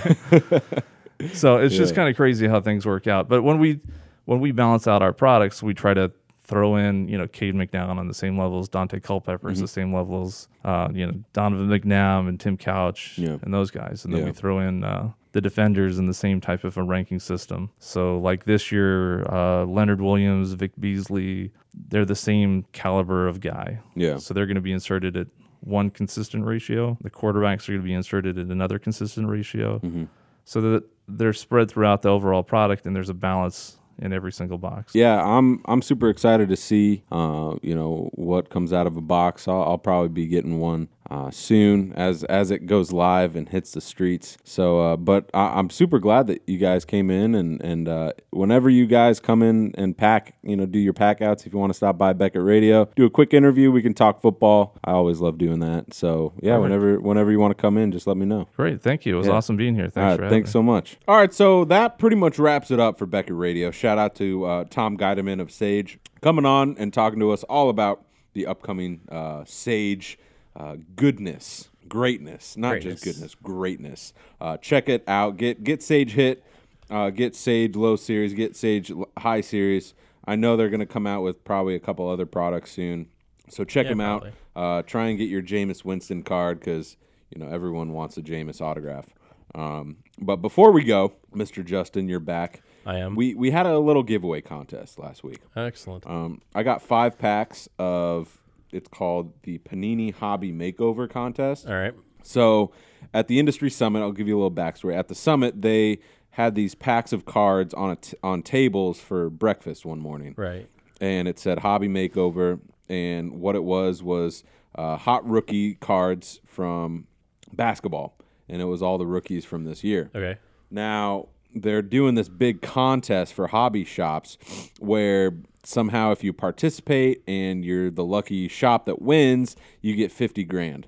So it's just Yeah. kind of crazy how things work out. But when we when we balance out our products, we try to throw in you know Cade McNown on the same level as Dante Culpepper Mm-hmm. is the same level as uh, you know Donovan McNabb and Tim Couch Yeah. and those guys, and then Yeah. we throw in. Uh, the defenders in the same type of a ranking system. So, like this year, uh, Leonard Williams, Vic Beasley, they're the same caliber of guy. Yeah. So they're going to be inserted at one consistent ratio. The quarterbacks are going to be inserted at another consistent ratio. Mm-hmm. So that they're spread throughout the overall product and there's a balance in every single box. Yeah, I'm I'm super excited to see uh, you know what comes out of a box. I'll, I'll probably be getting one uh, soon as as it goes live and hits the streets. So, uh, but I, I'm super glad that you guys came in and and uh, whenever you guys come in and pack, you know, do your pack outs. If you want to stop by Beckett Radio, do a quick interview. We can talk football. I always love doing that. So yeah, whenever whenever you want to come in, just let me know. Great. Thank you. It was awesome being here. Thanks All for right, having thanks so much. All right, so that pretty much wraps it up for Beckett Radio. Shout out to uh, Tom Guideman of Sage coming on and talking to us all about the upcoming uh, Sage uh, goodness, greatness, not Greatness. just goodness, greatness. Uh, check it out. Get get Sage hit. Uh, get Sage low series. Get Sage l- high series. I know they're going to come out with probably a couple other products soon, so check them out. Uh, try and get your Jameis Winston card because you know everyone wants a Jameis autograph. Um, but before we go, Mr. Justin, you're back. I am. We we had a little giveaway contest last week. Excellent. Um, I got five packs of it's called the Panini Hobby Makeover Contest. All right. So at the industry summit, I'll give you a little backstory. At the summit, they had these packs of cards on a t- on tables for breakfast one morning, Right. and it said hobby makeover. And what it was was uh, hot rookie cards from basketball, and it was all the rookies from this year. Okay. Now they're doing this big contest for hobby shops where somehow if you participate and you're the lucky shop that wins, you get 50 grand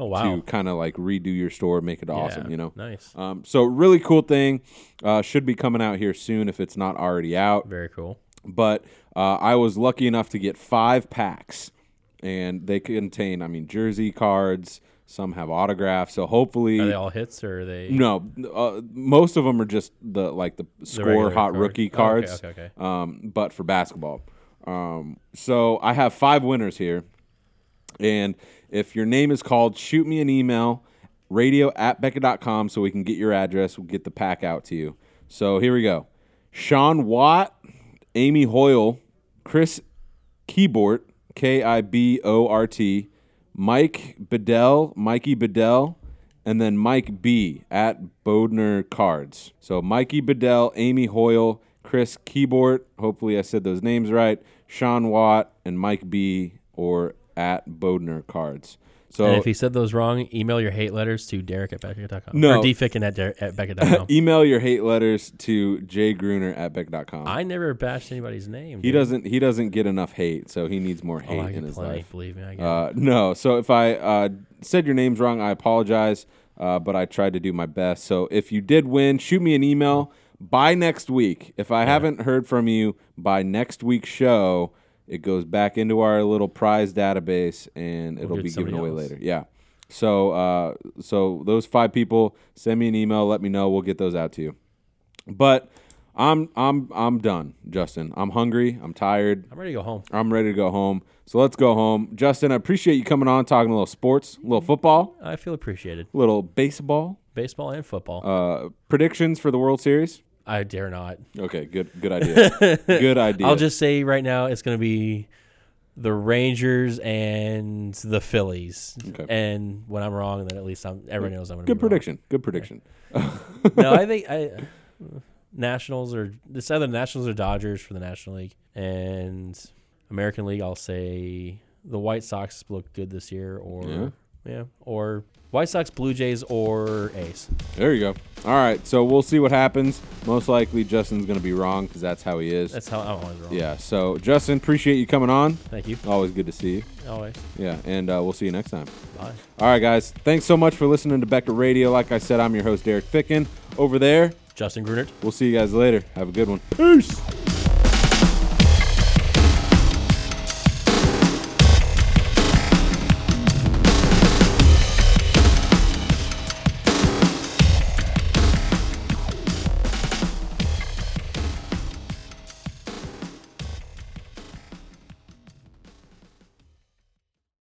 Oh wow. to kind of like redo your store, make it awesome, Yeah. you know? Nice. Um, so really cool thing. Uh, should be coming out here soon if it's not already out Very cool. but uh, I was lucky enough to get five packs, and they contain, I mean, jersey cards. Some have autographs, so hopefully, Are they all hits or are they? no, uh, most of them are just the like the score regular hot card. rookie Oh, okay, cards. okay, okay. Um, but for basketball, um, so I have five winners here, and if your name is called, shoot me an email, radio at becca.com, so we can get your address. We'll get the pack out to you. So here we go: Sean Watt, Amy Hoyle, Chris Keyboard, K I B O R T, Mike Bedell, Mikey Bedell, and then Mike B at Bodner Cards. So Mikey Bedell, Amy Hoyle, Chris Keyboard, hopefully I said those names right, Sean Watt, and Mike B or at Bodner Cards. So And if he said those wrong, email your hate letters to Derek at Becca.com. No. Or dfickin at, Derek, at Becca.com. email your hate letters to jgruner at beck.com. I never bashed anybody's name. he doesn't he doesn't get enough hate, so he needs more hate Oh, I in get his plenty. life. Believe me, I get. it. Uh, no. So if I uh, said your names wrong, I apologize, uh, but I tried to do my best. So if you did win, shoot me an email by next week. If I haven't heard from you by next week's show, it goes back into our little prize database and it'll get be given somebody away else. later. Yeah. So uh, so those five people, send me an email. Let me know. We'll get those out to you. But I'm I'm I'm done, Justin. I'm hungry. I'm tired. I'm ready to go home. I'm ready to go home. So let's go home. Justin, I appreciate you coming on, talking a little sports, a little football, I feel appreciated. a little baseball. Baseball and football. Uh, predictions for the World Series? I dare not. Okay, good, good idea. good idea. I'll just say right now it's going to be the Rangers and the Phillies. Okay. And when I'm wrong, then at least I'm everyone knows I'm going to good be wrong. prediction. Good prediction. no, I think I Nationals or this either Nationals or Dodgers for the National League and American League. I'll say the White Sox look good this year, or Yeah. yeah, or White Sox, Blue Jays, or Ace. There you go. All right, so we'll see what happens. Most likely, Justin's going to be wrong because that's how he is. That's how I'm always wrong. yeah. So Justin, appreciate you coming on. Thank you. Always good to see you. Always. Yeah, and uh, we'll see you next time. Bye. All right, guys. Thanks so much for listening to Becker Radio. Like I said, I'm your host Derek Ficken. Over there, Justin Grunert. We'll see you guys later. Have a good one. Peace.